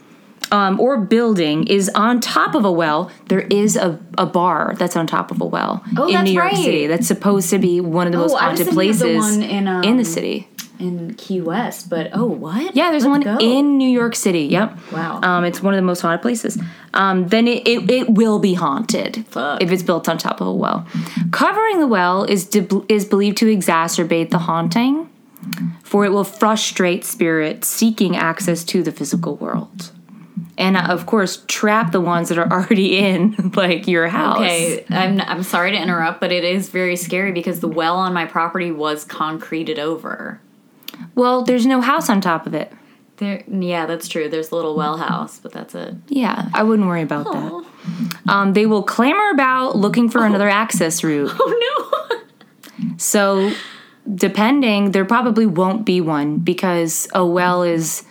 [SPEAKER 1] um, or building is on top of a well, there is a, a bar that's on top of a well
[SPEAKER 2] Oh,
[SPEAKER 1] in
[SPEAKER 2] that's
[SPEAKER 1] New York
[SPEAKER 2] right. Oh,
[SPEAKER 1] City. That's supposed to be one of the most
[SPEAKER 2] I was
[SPEAKER 1] haunted
[SPEAKER 2] thinking of
[SPEAKER 1] places
[SPEAKER 2] the one in, um,
[SPEAKER 1] in the city.
[SPEAKER 2] In Key West, but oh, what?
[SPEAKER 1] Yeah, there's
[SPEAKER 2] Let's
[SPEAKER 1] one
[SPEAKER 2] go.
[SPEAKER 1] in New York City. Yep.
[SPEAKER 2] Wow.
[SPEAKER 1] Um, it's one of the most haunted places. Um, then it, it, it will be haunted
[SPEAKER 2] Fuck.
[SPEAKER 1] if it's built on top of a well. Covering the well is de- is believed to exacerbate the haunting, for it will frustrate spirits seeking access to the physical world. And uh, of course, trap the ones that are already in like your house.
[SPEAKER 2] Okay, I'm I'm sorry to interrupt, but it is very scary because the well on my property was concreted over.
[SPEAKER 1] Well, there's no house on top of it.
[SPEAKER 2] There, yeah, that's true. There's a little well house, but that's it.
[SPEAKER 1] Yeah, I wouldn't worry about
[SPEAKER 2] Oh,
[SPEAKER 1] that. Um, they will clamor about looking for another access route.
[SPEAKER 2] oh no.
[SPEAKER 1] So, depending, there probably won't be one because a well is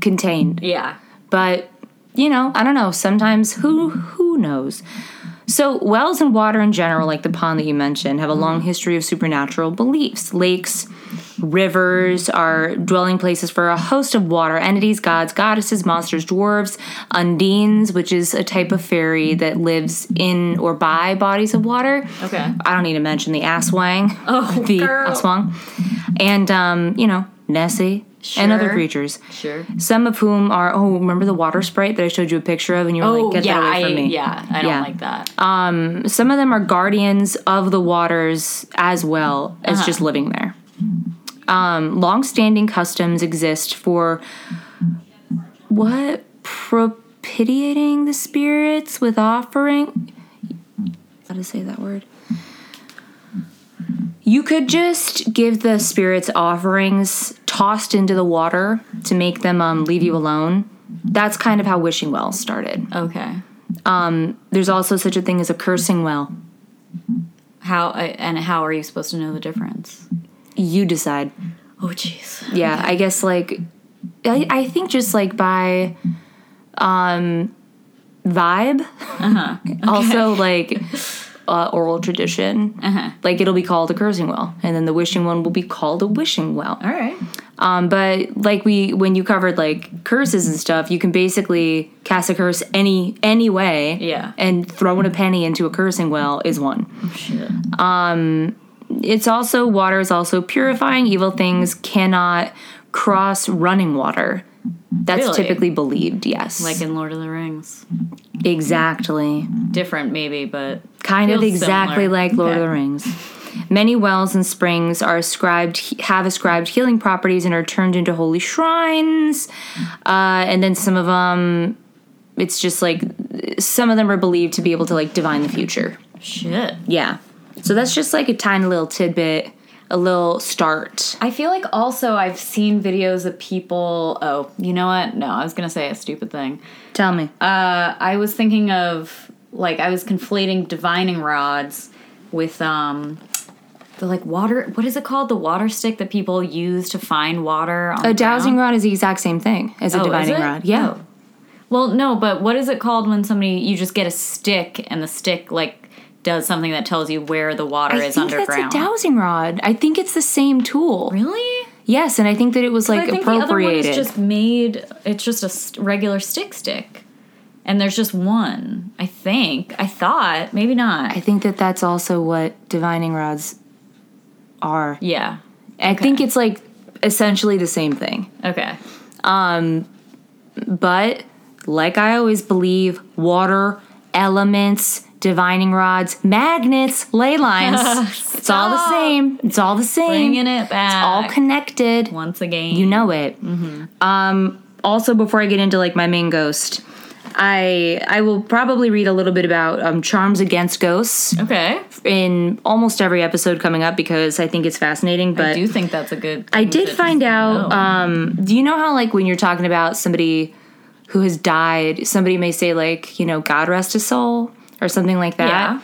[SPEAKER 1] contained.
[SPEAKER 2] yeah.
[SPEAKER 1] But you know, I don't know. Sometimes who who knows. So, wells and water in general, like the pond that you mentioned, have a long history of supernatural beliefs. Lakes, rivers are dwelling places for a host of water entities, gods, goddesses, monsters, dwarves, undines, which is a type of fairy that lives in or by bodies of water.
[SPEAKER 2] Okay.
[SPEAKER 1] I don't need to mention the asswang.
[SPEAKER 2] Oh,
[SPEAKER 1] the
[SPEAKER 2] girl.
[SPEAKER 1] asswang. And, um, you know, Nessie and other
[SPEAKER 2] Sure.
[SPEAKER 1] creatures.
[SPEAKER 2] Sure.
[SPEAKER 1] Some of whom are, oh, remember the water sprite that I showed you a picture of and you were
[SPEAKER 2] Oh
[SPEAKER 1] like, get
[SPEAKER 2] yeah,
[SPEAKER 1] that away
[SPEAKER 2] I
[SPEAKER 1] from me.
[SPEAKER 2] yeah, I don't
[SPEAKER 1] Yeah. Um,
[SPEAKER 2] like that.
[SPEAKER 1] Some of them are guardians of the waters as well as just living there. Um, long-standing customs exist for what? Propitiating the spirits with offering? How to say that word? You could just give the spirits offerings tossed into the water to make them um, leave you alone. That's kind of how wishing wells started.
[SPEAKER 2] okay.
[SPEAKER 1] There's also such a thing as a cursing well.
[SPEAKER 2] How I- and how are you supposed to know the difference?
[SPEAKER 1] you decide
[SPEAKER 2] Oh jeez.
[SPEAKER 1] yeah i guess like I, I think just like by um vibe also like uh, oral tradition like it'll be called a cursing well and then the wishing one will be called a wishing well
[SPEAKER 2] All right.
[SPEAKER 1] um but like we when you covered like curses and stuff you can basically cast a curse any any way
[SPEAKER 2] Yeah.
[SPEAKER 1] and throwing a penny into a cursing well is one
[SPEAKER 2] Shit.
[SPEAKER 1] it's also water is also purifying evil things cannot cross running water. That's
[SPEAKER 2] Really?
[SPEAKER 1] typically believed, yes.
[SPEAKER 2] like in Lord of the Rings.
[SPEAKER 1] exactly.
[SPEAKER 2] Different, maybe, but
[SPEAKER 1] Kind of
[SPEAKER 2] Feels
[SPEAKER 1] exactly
[SPEAKER 2] similar.
[SPEAKER 1] like Lord
[SPEAKER 2] Okay.
[SPEAKER 1] of the Rings. Many wells and springs are ascribed have ascribed healing properties and are turned into holy shrines. Uh, and then some of them, it's just like some of them are believed to be able to like divine the future.
[SPEAKER 2] shit.
[SPEAKER 1] Yeah. So that's just like a tiny little tidbit, a little start.
[SPEAKER 2] I feel like also I've seen videos of people. Oh, you know what? No, I was gonna say a stupid thing.
[SPEAKER 1] Tell me.
[SPEAKER 2] Uh, I was thinking of like I was conflating divining rods with um the like water. What is it called? The water stick that people use to find water. On Oh,
[SPEAKER 1] a dowsing rod is the exact same thing as a
[SPEAKER 2] is
[SPEAKER 1] divining
[SPEAKER 2] it?
[SPEAKER 1] rod. Yeah.
[SPEAKER 2] Well, no, but what is it called when somebody you just get a stick and the stick like does something that tells you where the water
[SPEAKER 1] I
[SPEAKER 2] is
[SPEAKER 1] think that's a
[SPEAKER 2] underground?
[SPEAKER 1] dowsing rod. I think it's the same tool.
[SPEAKER 2] really?
[SPEAKER 1] Yes, and I think that it was like
[SPEAKER 2] I think the other one
[SPEAKER 1] appropriated.
[SPEAKER 2] is just made. It's just a st- regular stick stick, and there's just one. I think. I thought maybe not.
[SPEAKER 1] I think that that's also what divining rods are.
[SPEAKER 2] yeah.
[SPEAKER 1] I think it's like essentially the same thing.
[SPEAKER 2] Okay.
[SPEAKER 1] But like I always believe, water, elements, divining rods, magnets, ley lines. it's all the
[SPEAKER 2] Stop.
[SPEAKER 1] same. It's all the same.
[SPEAKER 2] Bringing it back
[SPEAKER 1] all connected.
[SPEAKER 2] once again.
[SPEAKER 1] You know it.
[SPEAKER 2] Mm-hmm.
[SPEAKER 1] Um, also, before I get into like my main ghost, I I will probably read a little bit about um, charms against ghosts
[SPEAKER 2] okay.
[SPEAKER 1] in almost every episode coming up because I think it's fascinating. But
[SPEAKER 2] I do think that's a good.
[SPEAKER 1] I
[SPEAKER 2] thing
[SPEAKER 1] did
[SPEAKER 2] to
[SPEAKER 1] find out.
[SPEAKER 2] know.
[SPEAKER 1] Um, do you know how like when you're talking about somebody who has died, somebody may say like you know God rest his soul or something like that.
[SPEAKER 2] Yeah.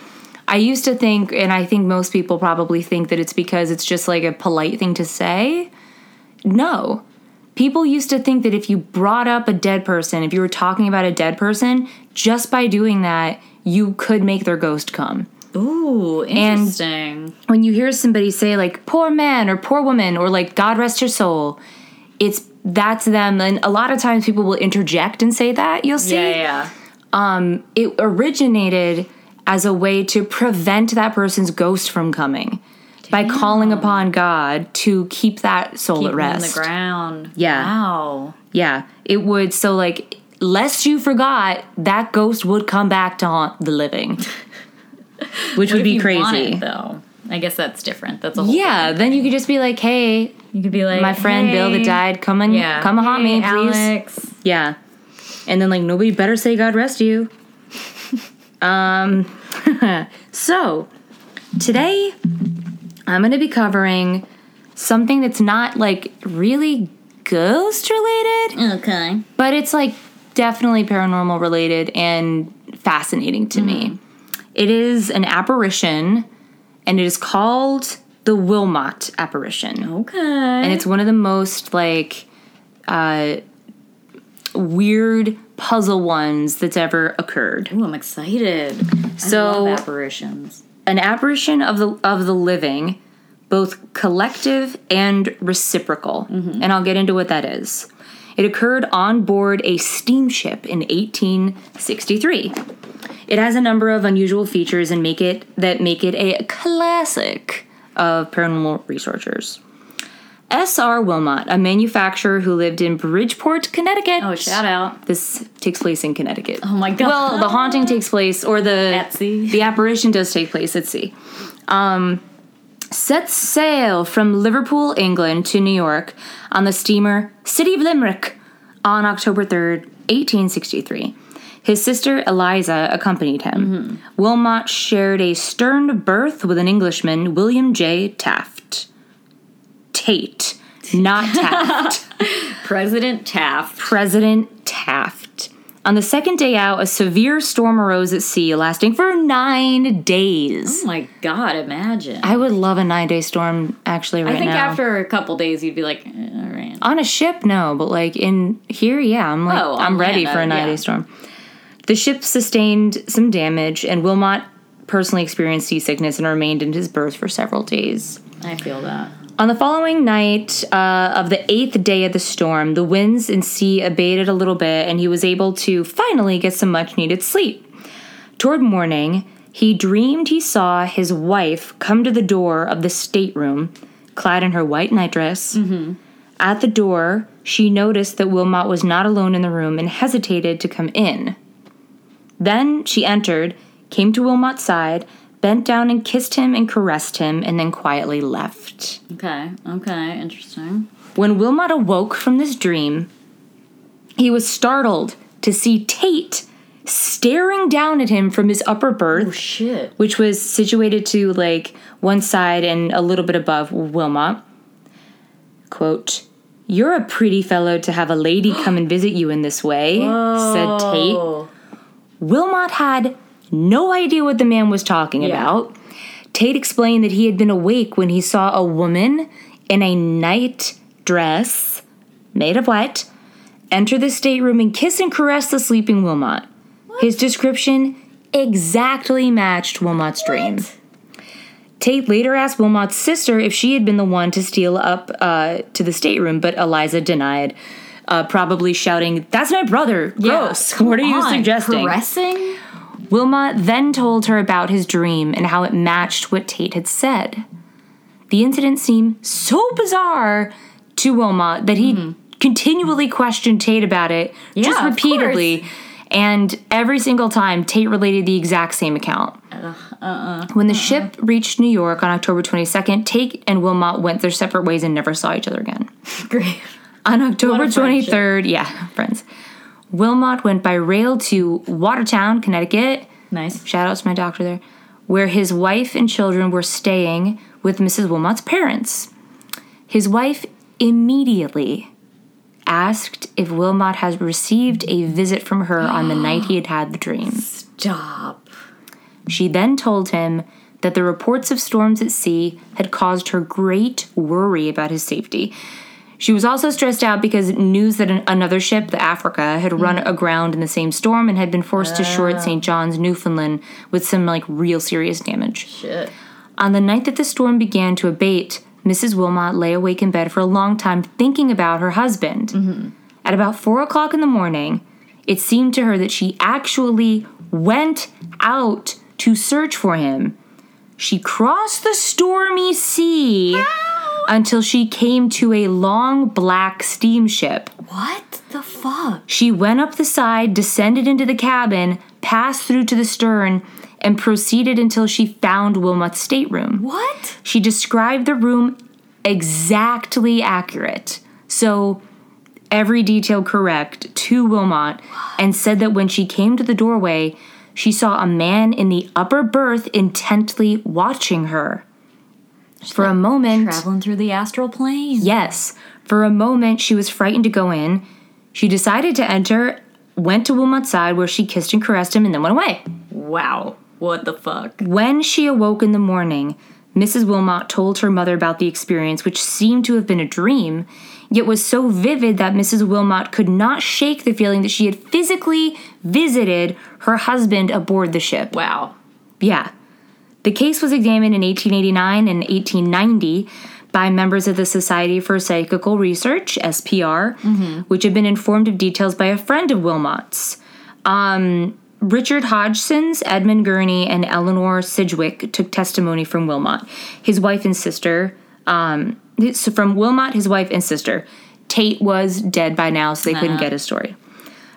[SPEAKER 1] I used to think, and I think most people probably think that it's because it's just like a polite thing to say. No. People used to think that if you brought up a dead person, if you were talking about a dead person, just by doing that, you could make their ghost come
[SPEAKER 2] Ooh, interesting.
[SPEAKER 1] when you hear somebody say like poor man or poor woman or like god rest your soul it's that's them and a lot of times people will interject and say that you'll see
[SPEAKER 2] yeah, yeah.
[SPEAKER 1] it originated as a way to prevent that person's ghost from coming by calling upon god to keep that soul
[SPEAKER 2] Keep
[SPEAKER 1] at
[SPEAKER 2] them
[SPEAKER 1] rest
[SPEAKER 2] in the ground.
[SPEAKER 1] Yeah.
[SPEAKER 2] Wow.
[SPEAKER 1] yeah it would so like lest you forgot that ghost would come back to haunt the living which would
[SPEAKER 2] If
[SPEAKER 1] be
[SPEAKER 2] you
[SPEAKER 1] crazy
[SPEAKER 2] want it, though. I guess that's different. That's a whole
[SPEAKER 1] yeah then you could just be like hey
[SPEAKER 2] You could be like
[SPEAKER 1] my friend Bill that
[SPEAKER 2] "Hey."
[SPEAKER 1] died, come and
[SPEAKER 2] Yeah.
[SPEAKER 1] come and haunt
[SPEAKER 2] Hey,
[SPEAKER 1] me, please.
[SPEAKER 2] Alex.
[SPEAKER 1] Yeah. And then like nobody better say God rest you. um so today I'm gonna be covering something that's not like really ghost related,
[SPEAKER 2] Okay.
[SPEAKER 1] but it's like definitely paranormal related and fascinating to
[SPEAKER 2] Mm.
[SPEAKER 1] me. It is an apparition and it is called the Wilmot apparition
[SPEAKER 2] Okay.
[SPEAKER 1] and it's one of the most like uh weird puzzle ones that's ever occurred
[SPEAKER 2] Ooh, I'm excited.
[SPEAKER 1] So-
[SPEAKER 2] I love apparitions.
[SPEAKER 1] an apparition of the of the living both collective and reciprocal
[SPEAKER 2] Mm-hmm.
[SPEAKER 1] and i'll get into what that is it occurred on board a steamship in 1863 it has a number of unusual features and make it that make it a classic of paranormal researchers S.R. Wilmot, a manufacturer who lived in Bridgeport, Connecticut.
[SPEAKER 2] Oh, shout out.
[SPEAKER 1] This takes place in Connecticut.
[SPEAKER 2] Oh my god.
[SPEAKER 1] Well, the haunting takes place, or the
[SPEAKER 2] At sea.
[SPEAKER 1] the apparition does take place at sea. Um, sets sail from Liverpool, England, to New York on the steamer City of Limerick on October third, eighteen sixty three. His sister Eliza accompanied him.
[SPEAKER 2] Mm-hmm.
[SPEAKER 1] Wilmot shared a stern berth with an Englishman, William J. Taft. Tate, not Taft.
[SPEAKER 2] President Taft.
[SPEAKER 1] President Taft. On the second day out, a severe storm arose at sea, lasting for nine days.
[SPEAKER 2] Oh my god, imagine.
[SPEAKER 1] I would love a nine-day storm, actually. Right
[SPEAKER 2] I think
[SPEAKER 1] now,
[SPEAKER 2] after a couple days you'd be like, eh, all right.
[SPEAKER 1] on a ship, no, but like in here, yeah, I'm like
[SPEAKER 2] Oh, on
[SPEAKER 1] I'm ready
[SPEAKER 2] land,
[SPEAKER 1] for a
[SPEAKER 2] uh,
[SPEAKER 1] nine-day
[SPEAKER 2] yeah.
[SPEAKER 1] storm. The ship sustained some damage, and Wilmot personally experienced seasickness and remained in his berth for several days.
[SPEAKER 2] I feel that.
[SPEAKER 1] On the following night uh, of the eighth day of the storm, the winds and sea abated a little bit, and he was able to finally get some much needed sleep. Toward morning, he dreamed he saw his wife come to the door of the stateroom, clad in her white nightdress. At the door, she noticed that Wilmot was not alone in the room and hesitated to come in. Then she entered, came to Wilmot's side, bent down and kissed him and caressed him, and then quietly left.
[SPEAKER 2] Okay. Okay. Interesting.
[SPEAKER 1] When Wilmot awoke from this dream, he was startled to see Tate staring down at him from his upper berth,
[SPEAKER 2] Shit.
[SPEAKER 1] which was situated to like one side and a little bit above Wilmot. Quote, You're a pretty fellow to have a lady come and visit you in this way, said Tate. Wilmot had no idea what the man was talking about. Tate explained that he had been awake when he saw a woman in a night dress made of wet enter the stateroom and kiss and caress the sleeping Wilmot. His description exactly matched Wilmot's dream. Tate later asked Wilmot's sister if she had been the one to steal up uh, to the stateroom, but Eliza denied, uh, probably shouting, That's my brother! Gross!
[SPEAKER 2] come
[SPEAKER 1] what are you
[SPEAKER 2] on,
[SPEAKER 1] suggesting?
[SPEAKER 2] Caressing?
[SPEAKER 1] Wilma then told her about his dream and how it matched what Tate had said. The incident seemed so bizarre to Wilma that he continually questioned Tate about it, just
[SPEAKER 2] Mm-hmm. Yeah, of
[SPEAKER 1] repeatedly. And every single time, Tate related the exact same account.
[SPEAKER 2] uh-uh.
[SPEAKER 1] When the ship reached New York on October 22nd, Tate and Wilmot went their separate ways and never saw each other again.
[SPEAKER 2] Great.
[SPEAKER 1] On October
[SPEAKER 2] a friendship.
[SPEAKER 1] 23rd, yeah, friends, Wilmot went by rail to Watertown, Connecticut,
[SPEAKER 2] Nice.
[SPEAKER 1] shout out to my doctor there, where his wife and children were staying with Mrs. Wilmot's parents. His wife immediately asked if Wilmot has received a visit from her on the night he had had the dream.
[SPEAKER 2] Stop.
[SPEAKER 1] She then told him that the reports of storms at sea had caused her great worry about his safety. She was also stressed out because news that an, another ship, the Africa, had run aground in the same storm and had been forced to shore at St. John's, Newfoundland, with some like real serious damage.
[SPEAKER 2] Shit.
[SPEAKER 1] On the night that the storm began to abate, Mrs. Wilmot lay awake in bed for a long time thinking about her husband. At about four o'clock in the morning, it seemed to her that she actually went out to search for him. She crossed the stormy sea until she came to a long black steamship.
[SPEAKER 2] What the fuck?
[SPEAKER 1] She went up the side, descended into the cabin, passed through to the stern, and proceeded until she found Wilmot's stateroom.
[SPEAKER 2] What?
[SPEAKER 1] She described the room exactly accurate. So every detail correct to Wilmot and said that when she came to the doorway, she saw a man in the upper berth intently watching her. For a moment,
[SPEAKER 2] Traveling through the astral plane.
[SPEAKER 1] yes, for a moment she was frightened to go in. She decided to enter, went to Wilmot's side where she kissed and caressed him and then went away.
[SPEAKER 2] Wow. What the fuck?
[SPEAKER 1] When she awoke in the morning, Mrs. Wilmot told her mother about the experience, which seemed to have been a dream, yet was so vivid that Mrs. Wilmot could not shake the feeling that she had physically visited her husband aboard the ship.
[SPEAKER 2] Wow.
[SPEAKER 1] Yeah. The case was examined in 1889 and 1890 by members of the Society for Psychical Research, SPR, which had been informed of details by a friend of Wilmot's. Um, Richard Hodgson's, Edmund Gurney, and Eleanor Sidgwick took testimony from Wilmot, his wife and sister. Um, so from Wilmot, his wife and sister. Tate was dead by now, so they couldn't get his story.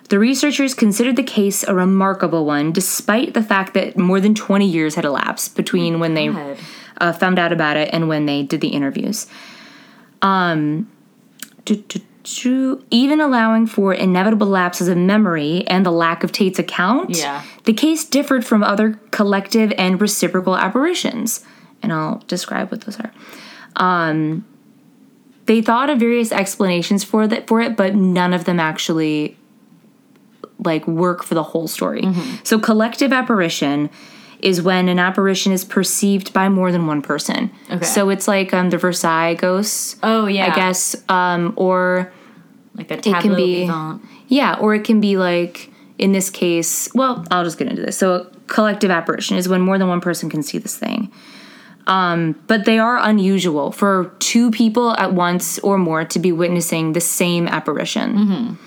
[SPEAKER 1] The researchers considered the case a remarkable one, despite the fact that more than 20 years had elapsed between when they
[SPEAKER 2] God.
[SPEAKER 1] uh, found out about it and when they did the interviews. Um, do, do, do, even allowing for inevitable lapses of memory and the lack of Tate's account,
[SPEAKER 2] Yeah.
[SPEAKER 1] the case differed from other collective and reciprocal apparitions. And I'll describe what those are. Um, They thought of various explanations for that for it, but none of them actually like work for the whole story.
[SPEAKER 2] Mm-hmm.
[SPEAKER 1] So collective apparition is when an apparition is perceived by more than one person.
[SPEAKER 2] Okay.
[SPEAKER 1] So it's like um, the Versailles ghosts,
[SPEAKER 2] Oh yeah.
[SPEAKER 1] I guess, um, or
[SPEAKER 2] like the
[SPEAKER 1] can
[SPEAKER 2] tableau
[SPEAKER 1] be-
[SPEAKER 2] vivant.
[SPEAKER 1] yeah, or it can be like in this case. Well, I'll just get into this. So collective apparition is when more than one person can see this thing. Um, but they are unusual for two people at once or more to be witnessing the same apparition.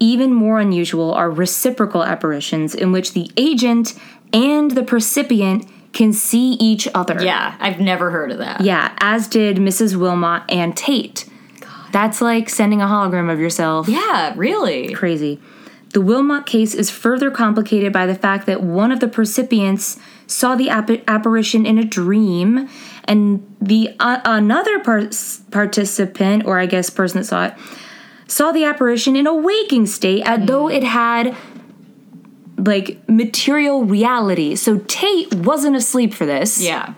[SPEAKER 1] Even more unusual are reciprocal apparitions in which the agent and the percipient can see each other.
[SPEAKER 2] Yeah, I've never heard of that.
[SPEAKER 1] Yeah, as did Mrs. Wilmot and Tate. That's like sending a hologram of yourself.
[SPEAKER 2] Yeah, really.
[SPEAKER 1] Crazy. The Wilmot case is further complicated by the fact that one of the recipients saw the app- apparition in a dream, and the uh, another par- participant, or I guess person that saw it, saw the apparition in a waking state, as though it had like material reality. So Tate wasn't asleep for this.
[SPEAKER 2] Yeah.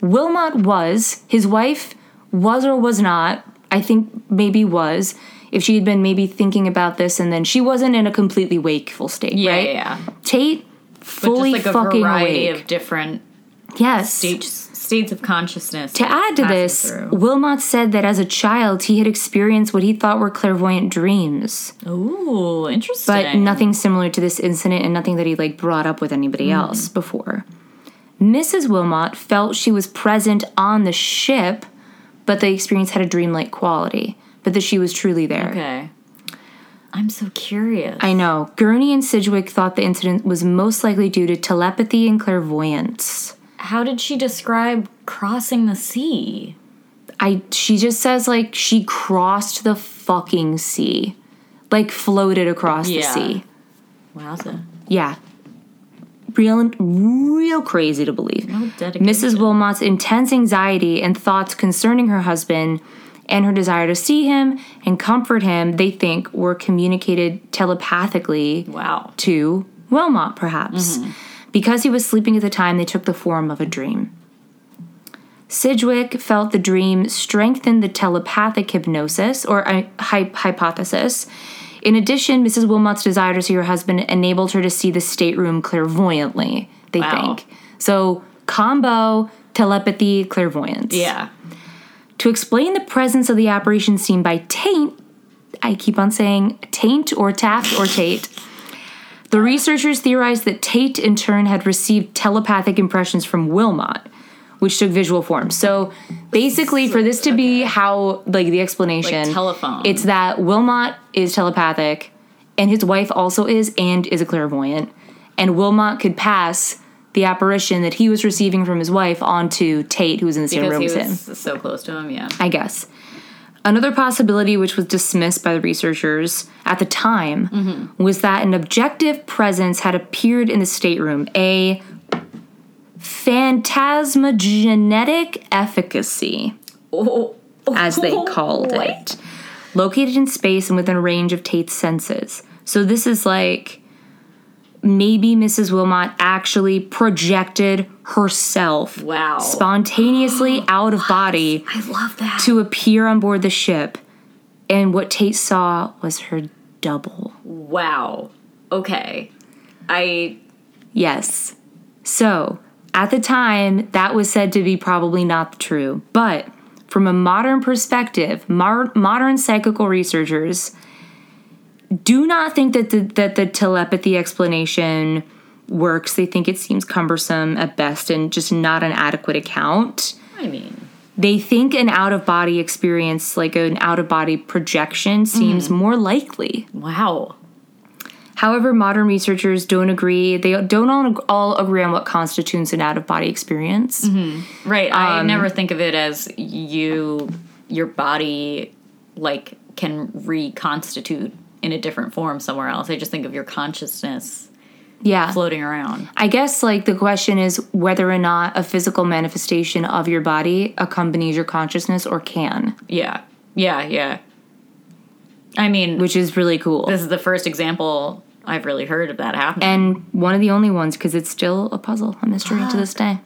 [SPEAKER 1] Wilmot was. His wife was or was not. I think maybe was. If she had been maybe thinking about this and then she wasn't in a completely wakeful state,
[SPEAKER 2] Yeah,
[SPEAKER 1] right?
[SPEAKER 2] yeah, yeah.
[SPEAKER 1] Tate fully
[SPEAKER 2] Just like a
[SPEAKER 1] fucking
[SPEAKER 2] variety
[SPEAKER 1] awake.
[SPEAKER 2] of different
[SPEAKER 1] yes.
[SPEAKER 2] states, states of consciousness.
[SPEAKER 1] To add to this, Wilmot said that as a child he had experienced what he thought were clairvoyant dreams,
[SPEAKER 2] Ooh, interesting.
[SPEAKER 1] but nothing similar to this incident and nothing that he like brought up with anybody
[SPEAKER 2] Mm-hmm.
[SPEAKER 1] else before. Mrs. Wilmot felt she was present on the ship, but the experience had a dreamlike quality, but that she was truly there.
[SPEAKER 2] Okay. I'm so curious.
[SPEAKER 1] I know. Gurney and Sidgwick thought the incident was most likely due to telepathy and clairvoyance.
[SPEAKER 2] How did she describe crossing the sea?
[SPEAKER 1] I she just says like she crossed the fucking sea. Like floated across the
[SPEAKER 2] Yeah.
[SPEAKER 1] sea.
[SPEAKER 2] Wowza.
[SPEAKER 1] Yeah. Real real crazy to believe.
[SPEAKER 2] No dedication.
[SPEAKER 1] Mrs. Wilmot's intense anxiety and thoughts concerning her husband and her desire to see him and comfort him, they think, were communicated telepathically
[SPEAKER 2] Wow.
[SPEAKER 1] to Wilmot, perhaps.
[SPEAKER 2] Mm-hmm.
[SPEAKER 1] Because he was sleeping at the time, they took the form of a dream. Sidgwick felt the dream strengthened the telepathic hypnosis or uh, hy- hypothesis. In addition, Mrs. Wilmot's desire to see her husband enabled her to see the stateroom clairvoyantly, they
[SPEAKER 2] Wow.
[SPEAKER 1] think. So, combo telepathy clairvoyance.
[SPEAKER 2] Yeah.
[SPEAKER 1] To explain the presence of the apparition seen by Taint, I keep on saying Taint or Taft or Tate. The researchers theorized that Tate, in turn, had received telepathic impressions from Wilmot, which took visual form. So, basically, for this to be how, like, the explanation,
[SPEAKER 2] Like telephone.
[SPEAKER 1] it's that Wilmot is telepathic, and his wife also is, and is a clairvoyant, and Wilmot could pass the apparition that he was receiving from his wife onto Tate, who was in the same
[SPEAKER 2] Because
[SPEAKER 1] room
[SPEAKER 2] he
[SPEAKER 1] as him.
[SPEAKER 2] was so close to him, yeah.
[SPEAKER 1] I guess. Another possibility, which was dismissed by the researchers at the time, was that an objective presence had appeared in the stateroom, a phantasmagenetic efficacy,
[SPEAKER 2] Oh,
[SPEAKER 1] as they called it, located in space and within range of Tate's senses. So this is like maybe Mrs. Wilmot actually projected herself
[SPEAKER 2] Wow.
[SPEAKER 1] spontaneously out of body
[SPEAKER 2] I love that.
[SPEAKER 1] to appear on board the ship, and what Tate saw was her double.
[SPEAKER 2] wow. Okay. I
[SPEAKER 1] Yes. So, at the time, that was said to be probably not true. But from a modern perspective, mar- modern psychical researchers do not think that the, that the telepathy explanation works. They think it seems cumbersome at best and just not an adequate account.
[SPEAKER 2] I mean,
[SPEAKER 1] they think an out of body experience, like an out of body projection, seems more likely.
[SPEAKER 2] wow.
[SPEAKER 1] However, modern researchers don't agree. They don't all, all agree on what constitutes an out of body experience.
[SPEAKER 2] Right. I never think of it as you your body like can reconstitute in a different form somewhere else. I just think of your consciousness
[SPEAKER 1] Yeah.
[SPEAKER 2] floating around.
[SPEAKER 1] I guess, like, the question is whether or not a physical manifestation of your body accompanies your consciousness or can,
[SPEAKER 2] Yeah. Yeah, yeah. I mean,
[SPEAKER 1] which is really cool.
[SPEAKER 2] this is the first example I've really heard of that happening.
[SPEAKER 1] and one of the only ones, because it's still a puzzle, a mystery to this day.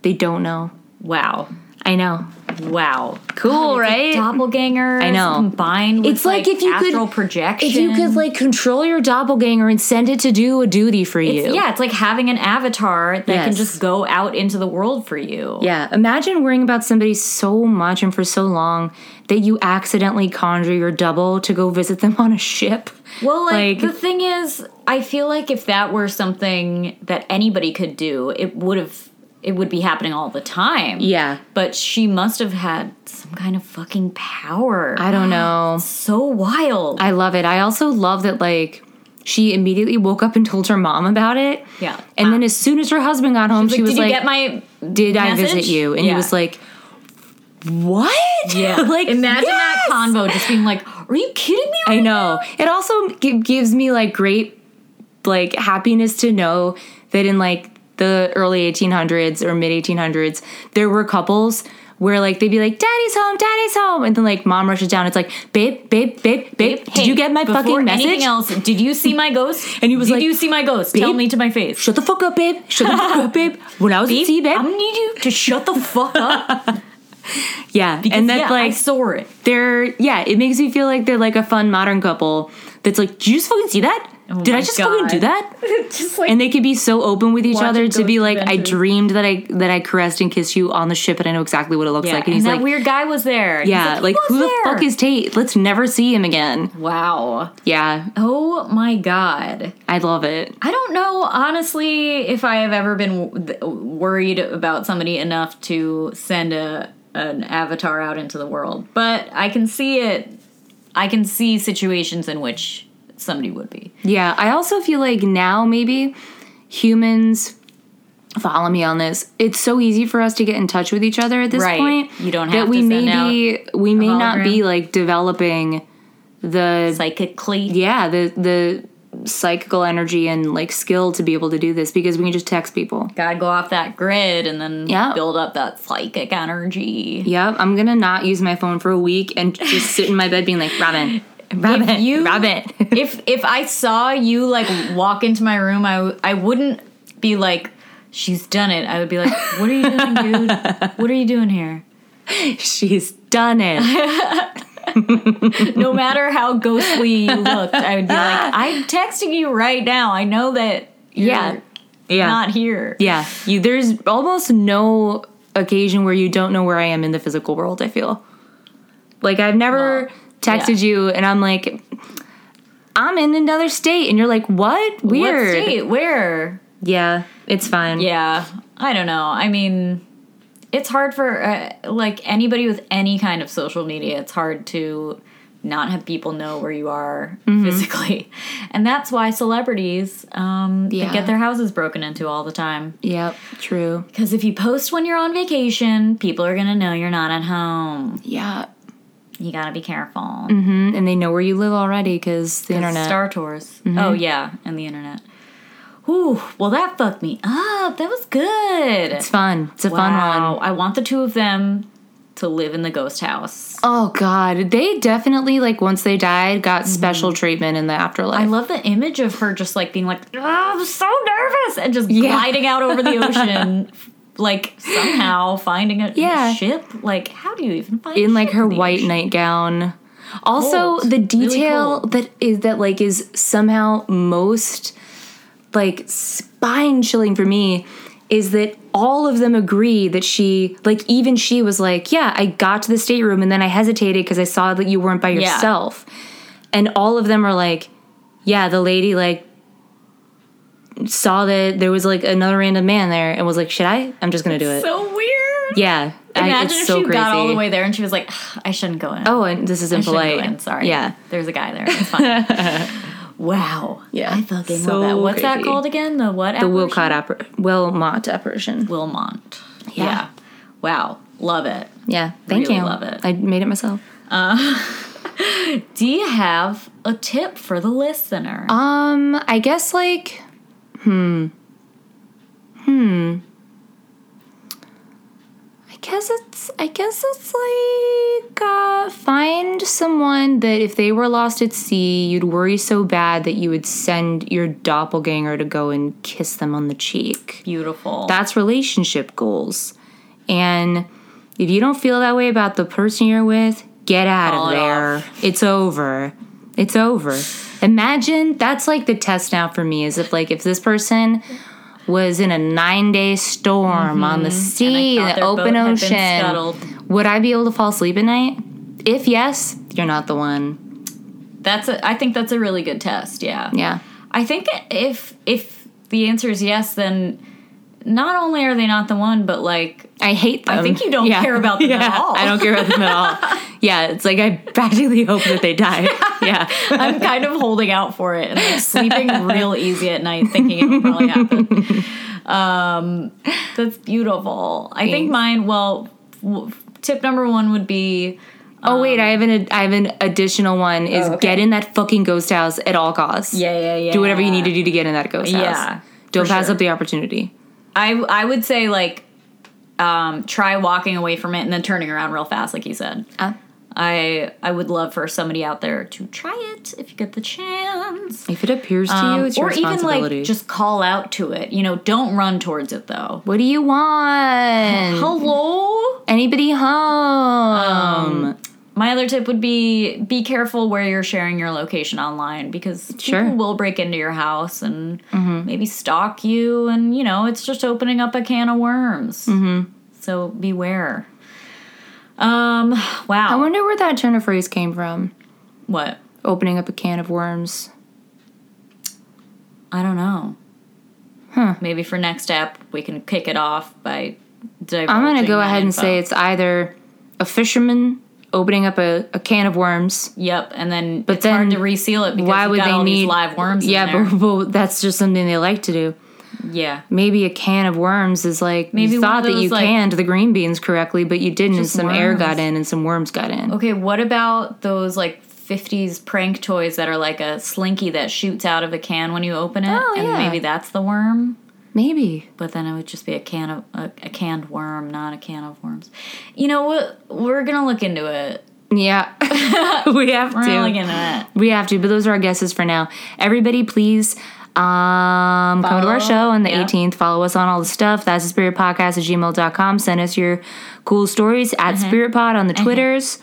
[SPEAKER 1] They don't know.
[SPEAKER 2] wow.
[SPEAKER 1] I know.
[SPEAKER 2] Wow.
[SPEAKER 1] Cool, right?
[SPEAKER 2] Doppelganger.
[SPEAKER 1] I know.
[SPEAKER 2] Combined with
[SPEAKER 1] It's like if you could-
[SPEAKER 2] astral projection.
[SPEAKER 1] If you could like control your doppelganger and send it to do a duty for you.
[SPEAKER 2] Yeah, it's like having an avatar that can
[SPEAKER 1] Yes.
[SPEAKER 2] just go out into the world for you.
[SPEAKER 1] Yeah. Imagine worrying about somebody so much and for so long that you accidentally conjure your double to go visit them on a ship.
[SPEAKER 2] Well,
[SPEAKER 1] Like-
[SPEAKER 2] like, the thing is, I feel like if that were something that anybody could do, it would have it would be happening all the time.
[SPEAKER 1] Yeah.
[SPEAKER 2] But she must have had some kind of fucking power.
[SPEAKER 1] I don't know.
[SPEAKER 2] so wild.
[SPEAKER 1] I love it. I also love that like she immediately woke up and told her mom about it.
[SPEAKER 2] yeah.
[SPEAKER 1] And then as soon as her husband got home, she
[SPEAKER 2] Did
[SPEAKER 1] was
[SPEAKER 2] you
[SPEAKER 1] like,
[SPEAKER 2] get my
[SPEAKER 1] Did I
[SPEAKER 2] message?
[SPEAKER 1] visit you? And
[SPEAKER 2] Yeah.
[SPEAKER 1] he was like, what?
[SPEAKER 2] Yeah.
[SPEAKER 1] like
[SPEAKER 2] imagine that
[SPEAKER 1] yes!
[SPEAKER 2] convo just being like, "Are you kidding me?"
[SPEAKER 1] I
[SPEAKER 2] right
[SPEAKER 1] know. It also gi- gives me like great like happiness to know that in like the early 1800s or mid 1800s there were couples where like they'd be like daddy's home daddy's home and then like mom rushes down it's like babe babe babe babe did
[SPEAKER 2] Hey,
[SPEAKER 1] you get my
[SPEAKER 2] before
[SPEAKER 1] fucking message
[SPEAKER 2] Anything else? Did you see my ghost?
[SPEAKER 1] And he was
[SPEAKER 2] did
[SPEAKER 1] like,
[SPEAKER 2] "You see my ghost? Tell
[SPEAKER 1] "Babe,
[SPEAKER 2] me to my face."
[SPEAKER 1] shut the fuck up babe shut the fuck up babe when i was at sea babe
[SPEAKER 2] I'm gonna need you to shut the fuck up.
[SPEAKER 1] yeah
[SPEAKER 2] Because,
[SPEAKER 1] and that's
[SPEAKER 2] yeah, I
[SPEAKER 1] like
[SPEAKER 2] saw it.
[SPEAKER 1] they're yeah it makes me feel like they're like a fun modern couple that's like did you just fucking see that
[SPEAKER 2] Oh
[SPEAKER 1] did
[SPEAKER 2] my
[SPEAKER 1] i just fucking do
[SPEAKER 2] God.
[SPEAKER 1] that
[SPEAKER 2] just like
[SPEAKER 1] and they could be so open with each
[SPEAKER 2] Watch
[SPEAKER 1] other
[SPEAKER 2] it
[SPEAKER 1] to
[SPEAKER 2] go
[SPEAKER 1] be
[SPEAKER 2] to
[SPEAKER 1] like, I
[SPEAKER 2] adventures.
[SPEAKER 1] dreamed that I that I caressed and kissed you on the ship, and I know exactly what it looks
[SPEAKER 2] yeah,
[SPEAKER 1] like. And
[SPEAKER 2] and
[SPEAKER 1] he's
[SPEAKER 2] that
[SPEAKER 1] like,
[SPEAKER 2] weird guy was there. And he's
[SPEAKER 1] yeah,
[SPEAKER 2] he
[SPEAKER 1] like
[SPEAKER 2] was
[SPEAKER 1] who the
[SPEAKER 2] there.
[SPEAKER 1] fuck is Tate? Let's never see him again.
[SPEAKER 2] Wow.
[SPEAKER 1] Yeah,
[SPEAKER 2] Oh my god.
[SPEAKER 1] I love it.
[SPEAKER 2] I don't know honestly if I have ever been w- th- worried about somebody enough to send a an avatar out into the world, but I can see it. I can see situations in which somebody would be.
[SPEAKER 1] Yeah, I also feel like now maybe humans follow me on this. It's so easy for us to get in touch with each other at this
[SPEAKER 2] Right.
[SPEAKER 1] point.
[SPEAKER 2] You don't
[SPEAKER 1] that
[SPEAKER 2] have
[SPEAKER 1] we
[SPEAKER 2] to
[SPEAKER 1] may
[SPEAKER 2] send out
[SPEAKER 1] be we may not
[SPEAKER 2] hologram.
[SPEAKER 1] be like developing the
[SPEAKER 2] psychically.
[SPEAKER 1] yeah the the psychical energy and like skill to be able to do this because we can just text people.
[SPEAKER 2] Gotta go off that grid and then
[SPEAKER 1] Yeah.
[SPEAKER 2] build up that psychic energy.
[SPEAKER 1] Yep, I'm gonna not use my phone for a week and just sit in my bed being like, Robin, Robin,
[SPEAKER 2] you-
[SPEAKER 1] Robin.
[SPEAKER 2] if if I saw you like walk into my room, I w- I wouldn't be like, she's done it. I would be like, what are you doing, dude? What are you doing here?
[SPEAKER 1] She's done it.
[SPEAKER 2] No matter how ghostly you looked, I would be like, I'm texting you right now. I know that you're
[SPEAKER 1] Yeah. Yeah.
[SPEAKER 2] not here.
[SPEAKER 1] yeah. You there's almost no occasion where you don't know where I am in the physical world, I feel. Like I've never
[SPEAKER 2] Well,
[SPEAKER 1] texted you and I'm like I'm in another state and you're like, What?
[SPEAKER 2] What
[SPEAKER 1] Weird.
[SPEAKER 2] state? Where?
[SPEAKER 1] Yeah, it's fine.
[SPEAKER 2] Yeah, I don't know. I mean, it's hard for uh, like anybody with any kind of social media. It's hard to not have people know where you are
[SPEAKER 1] Mm-hmm.
[SPEAKER 2] physically, and that's why celebrities um, they
[SPEAKER 1] Yeah.
[SPEAKER 2] get their houses broken into all the time.
[SPEAKER 1] Yep, true.
[SPEAKER 2] Because if you post when you're on vacation, people are gonna know you're not at home.
[SPEAKER 1] Yeah.
[SPEAKER 2] You gotta be careful.
[SPEAKER 1] hmm And they know where you live already because the internet. Mm-hmm.
[SPEAKER 2] Star Tours. Oh yeah, and the internet. Whew, well that fucked me up. That was good.
[SPEAKER 1] it's fun. It's a fun one.
[SPEAKER 2] I want the two of them to live in the ghost house.
[SPEAKER 1] Oh God, they definitely like once they died got special treatment in the afterlife.
[SPEAKER 2] Mm-hmm. I love the image of her just like being like, "Ah, I'm so nervous, and just gliding out over the ocean, like somehow finding a
[SPEAKER 1] Yeah.
[SPEAKER 2] a ship. Like, how do you even find
[SPEAKER 1] in
[SPEAKER 2] a
[SPEAKER 1] like
[SPEAKER 2] ship
[SPEAKER 1] her
[SPEAKER 2] the
[SPEAKER 1] white
[SPEAKER 2] ocean?
[SPEAKER 1] nightgown. Also,
[SPEAKER 2] Cold.
[SPEAKER 1] the
[SPEAKER 2] Really
[SPEAKER 1] detail
[SPEAKER 2] cold.
[SPEAKER 1] that is that like is somehow most like spine chilling for me is that all of them agree that she like even she was like, yeah, I got to the stateroom and then I hesitated because I saw that you weren't by
[SPEAKER 2] Yeah.
[SPEAKER 1] yourself, and all of them are like, yeah, the lady like saw that there was like another random man there and was like, should I? I'm just gonna do it.
[SPEAKER 2] So weird.
[SPEAKER 1] yeah, I-
[SPEAKER 2] Imagine
[SPEAKER 1] it's
[SPEAKER 2] if
[SPEAKER 1] so
[SPEAKER 2] she got all the
[SPEAKER 1] crazy.
[SPEAKER 2] way there and she was like, "Ah, I shouldn't go in.
[SPEAKER 1] Oh, and this is
[SPEAKER 2] I shouldn't
[SPEAKER 1] impolite.
[SPEAKER 2] go in. Sorry.
[SPEAKER 1] Yeah.
[SPEAKER 2] There's a guy there. It's fine. wow.
[SPEAKER 1] Yeah.
[SPEAKER 2] I fucking
[SPEAKER 1] So
[SPEAKER 2] love that. What's that
[SPEAKER 1] creepy.
[SPEAKER 2] called again? The what?
[SPEAKER 1] The Wilcott appar- Wilmot apparition.
[SPEAKER 2] Wilmont.
[SPEAKER 1] Yeah.
[SPEAKER 2] Yeah. Wow. Love it.
[SPEAKER 1] Yeah, thank
[SPEAKER 2] Really
[SPEAKER 1] you.
[SPEAKER 2] love it.
[SPEAKER 1] I made it myself.
[SPEAKER 2] Do you have a tip for the listener?
[SPEAKER 1] Um, I guess like, hmm, hmm. I guess it's I guess it's like uh, find someone that if they were lost at sea, you'd worry so bad that you would send your doppelganger to go and kiss them on the cheek.
[SPEAKER 2] Beautiful.
[SPEAKER 1] that's relationship goals. And if you don't feel that way about the person you're with, get out
[SPEAKER 2] Call
[SPEAKER 1] of
[SPEAKER 2] it
[SPEAKER 1] there. It's over. It's over. Imagine that's like the test now for me is if like if this person was in a nine day storm on the sea, in the
[SPEAKER 2] Mm-hmm. thought their boat
[SPEAKER 1] open
[SPEAKER 2] had been
[SPEAKER 1] ocean,
[SPEAKER 2] scuttled.
[SPEAKER 1] would I be able to fall asleep at night? If yes, you're not the one.
[SPEAKER 2] that's a, I think that's a really good test. Yeah.
[SPEAKER 1] Yeah.
[SPEAKER 2] I think if if the answer is yes, then not only are they not the one, but like
[SPEAKER 1] I hate them.
[SPEAKER 2] I think you don't care about them at
[SPEAKER 1] Yeah.
[SPEAKER 2] all.
[SPEAKER 1] I don't care about them at all. Yeah, it's like I practically hope that they die. Yeah.
[SPEAKER 2] I'm kind of holding out for it and like sleeping real easy at night, thinking it'll probably happen. Um, that's beautiful. I think mine. Well, w- tip number one would be
[SPEAKER 1] Oh wait, I have an I have an additional one is
[SPEAKER 2] Oh, okay.
[SPEAKER 1] get in that fucking ghost house at all costs.
[SPEAKER 2] yeah, yeah, yeah.
[SPEAKER 1] Do whatever you need to do to get in that ghost house.
[SPEAKER 2] Yeah,
[SPEAKER 1] Don't
[SPEAKER 2] for
[SPEAKER 1] pass
[SPEAKER 2] sure.
[SPEAKER 1] up the opportunity.
[SPEAKER 2] I I would say like um, try walking away from it and then turning around real fast, like you said. I I would love for somebody out there to try it if you get the chance.
[SPEAKER 1] if it appears to
[SPEAKER 2] Um,
[SPEAKER 1] you, it's your
[SPEAKER 2] or even
[SPEAKER 1] responsibility.
[SPEAKER 2] like just call out to it. You know, don't run towards it though.
[SPEAKER 1] what do you want?
[SPEAKER 2] Hello.
[SPEAKER 1] Anybody home?
[SPEAKER 2] Um, My other tip would be be careful where you're sharing your location online because
[SPEAKER 1] Sure. Mm-hmm.
[SPEAKER 2] people will break into your house and maybe stalk you, and you know it's just opening up a can of worms. Mm-hmm. So beware. Um. Wow.
[SPEAKER 1] I wonder where that turn of phrase came from.
[SPEAKER 2] what?
[SPEAKER 1] Opening up a can of worms.
[SPEAKER 2] I don't know.
[SPEAKER 1] Huh.
[SPEAKER 2] Maybe for next step we can kick it off by.
[SPEAKER 1] I'm gonna go ahead and say it's either a fisherman opening up a, a can of worms.
[SPEAKER 2] Yep, and then but it's
[SPEAKER 1] then
[SPEAKER 2] hard to reseal it because
[SPEAKER 1] why
[SPEAKER 2] you've
[SPEAKER 1] would
[SPEAKER 2] got
[SPEAKER 1] they
[SPEAKER 2] all these
[SPEAKER 1] need-
[SPEAKER 2] live worms?
[SPEAKER 1] yeah,
[SPEAKER 2] in there.
[SPEAKER 1] But, but that's just something they like to do.
[SPEAKER 2] yeah.
[SPEAKER 1] Maybe a can of worms is like
[SPEAKER 2] Maybe
[SPEAKER 1] you
[SPEAKER 2] one of
[SPEAKER 1] thought that you
[SPEAKER 2] those, like-
[SPEAKER 1] canned the green beans correctly, but you didn't, and
[SPEAKER 2] Just
[SPEAKER 1] some air
[SPEAKER 2] worms. Oh,
[SPEAKER 1] got in and some worms got in.
[SPEAKER 2] Okay, what about those like 50s prank toys that are like a slinky that shoots out of a can when you open it?
[SPEAKER 1] Oh,
[SPEAKER 2] and
[SPEAKER 1] yeah.
[SPEAKER 2] maybe that's the worm,
[SPEAKER 1] Maybe
[SPEAKER 2] but then it would just be a can of a, a canned worm, not a can of worms. You know what? We're going to look into it.
[SPEAKER 1] yeah, we have
[SPEAKER 2] We're going to look
[SPEAKER 1] to.
[SPEAKER 2] into it.
[SPEAKER 1] We have to, but those are our guesses for now. Everybody, please um, come to
[SPEAKER 2] Follow,
[SPEAKER 1] our show on the
[SPEAKER 2] yeah.
[SPEAKER 1] 18th. Follow us on all the stuff. That's the spirit podcast at gmail.com. Send us your cool stories at
[SPEAKER 2] Mm-hmm.
[SPEAKER 1] spirit pod on the Twitters.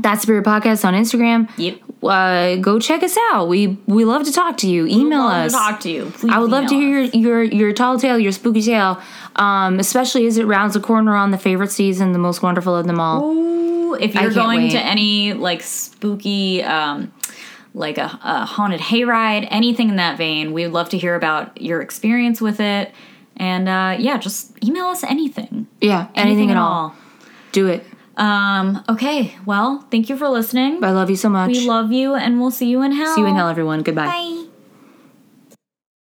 [SPEAKER 1] That's spirit podcast on Instagram.
[SPEAKER 2] Yep.
[SPEAKER 1] Uh, go check us out. We we love to talk to you. Email
[SPEAKER 2] Love
[SPEAKER 1] us.
[SPEAKER 2] to talk to you. Please
[SPEAKER 1] I would love to
[SPEAKER 2] email us.
[SPEAKER 1] hear your, your your tall tale, your spooky tale, um, especially as it rounds the corner on the favorite season, the most wonderful of them all.
[SPEAKER 2] Ooh, if you're
[SPEAKER 1] can't
[SPEAKER 2] going to
[SPEAKER 1] wait.
[SPEAKER 2] any like spooky um like a, a haunted hayride anything in that vein we would love to hear about your experience with it and uh, yeah just email us anything
[SPEAKER 1] Yeah, anything, at all. Do it.
[SPEAKER 2] um okay well thank you for listening
[SPEAKER 1] I love you so much.
[SPEAKER 2] we love you and we'll see you in hell
[SPEAKER 1] See you in hell, everyone. Goodbye.
[SPEAKER 2] bye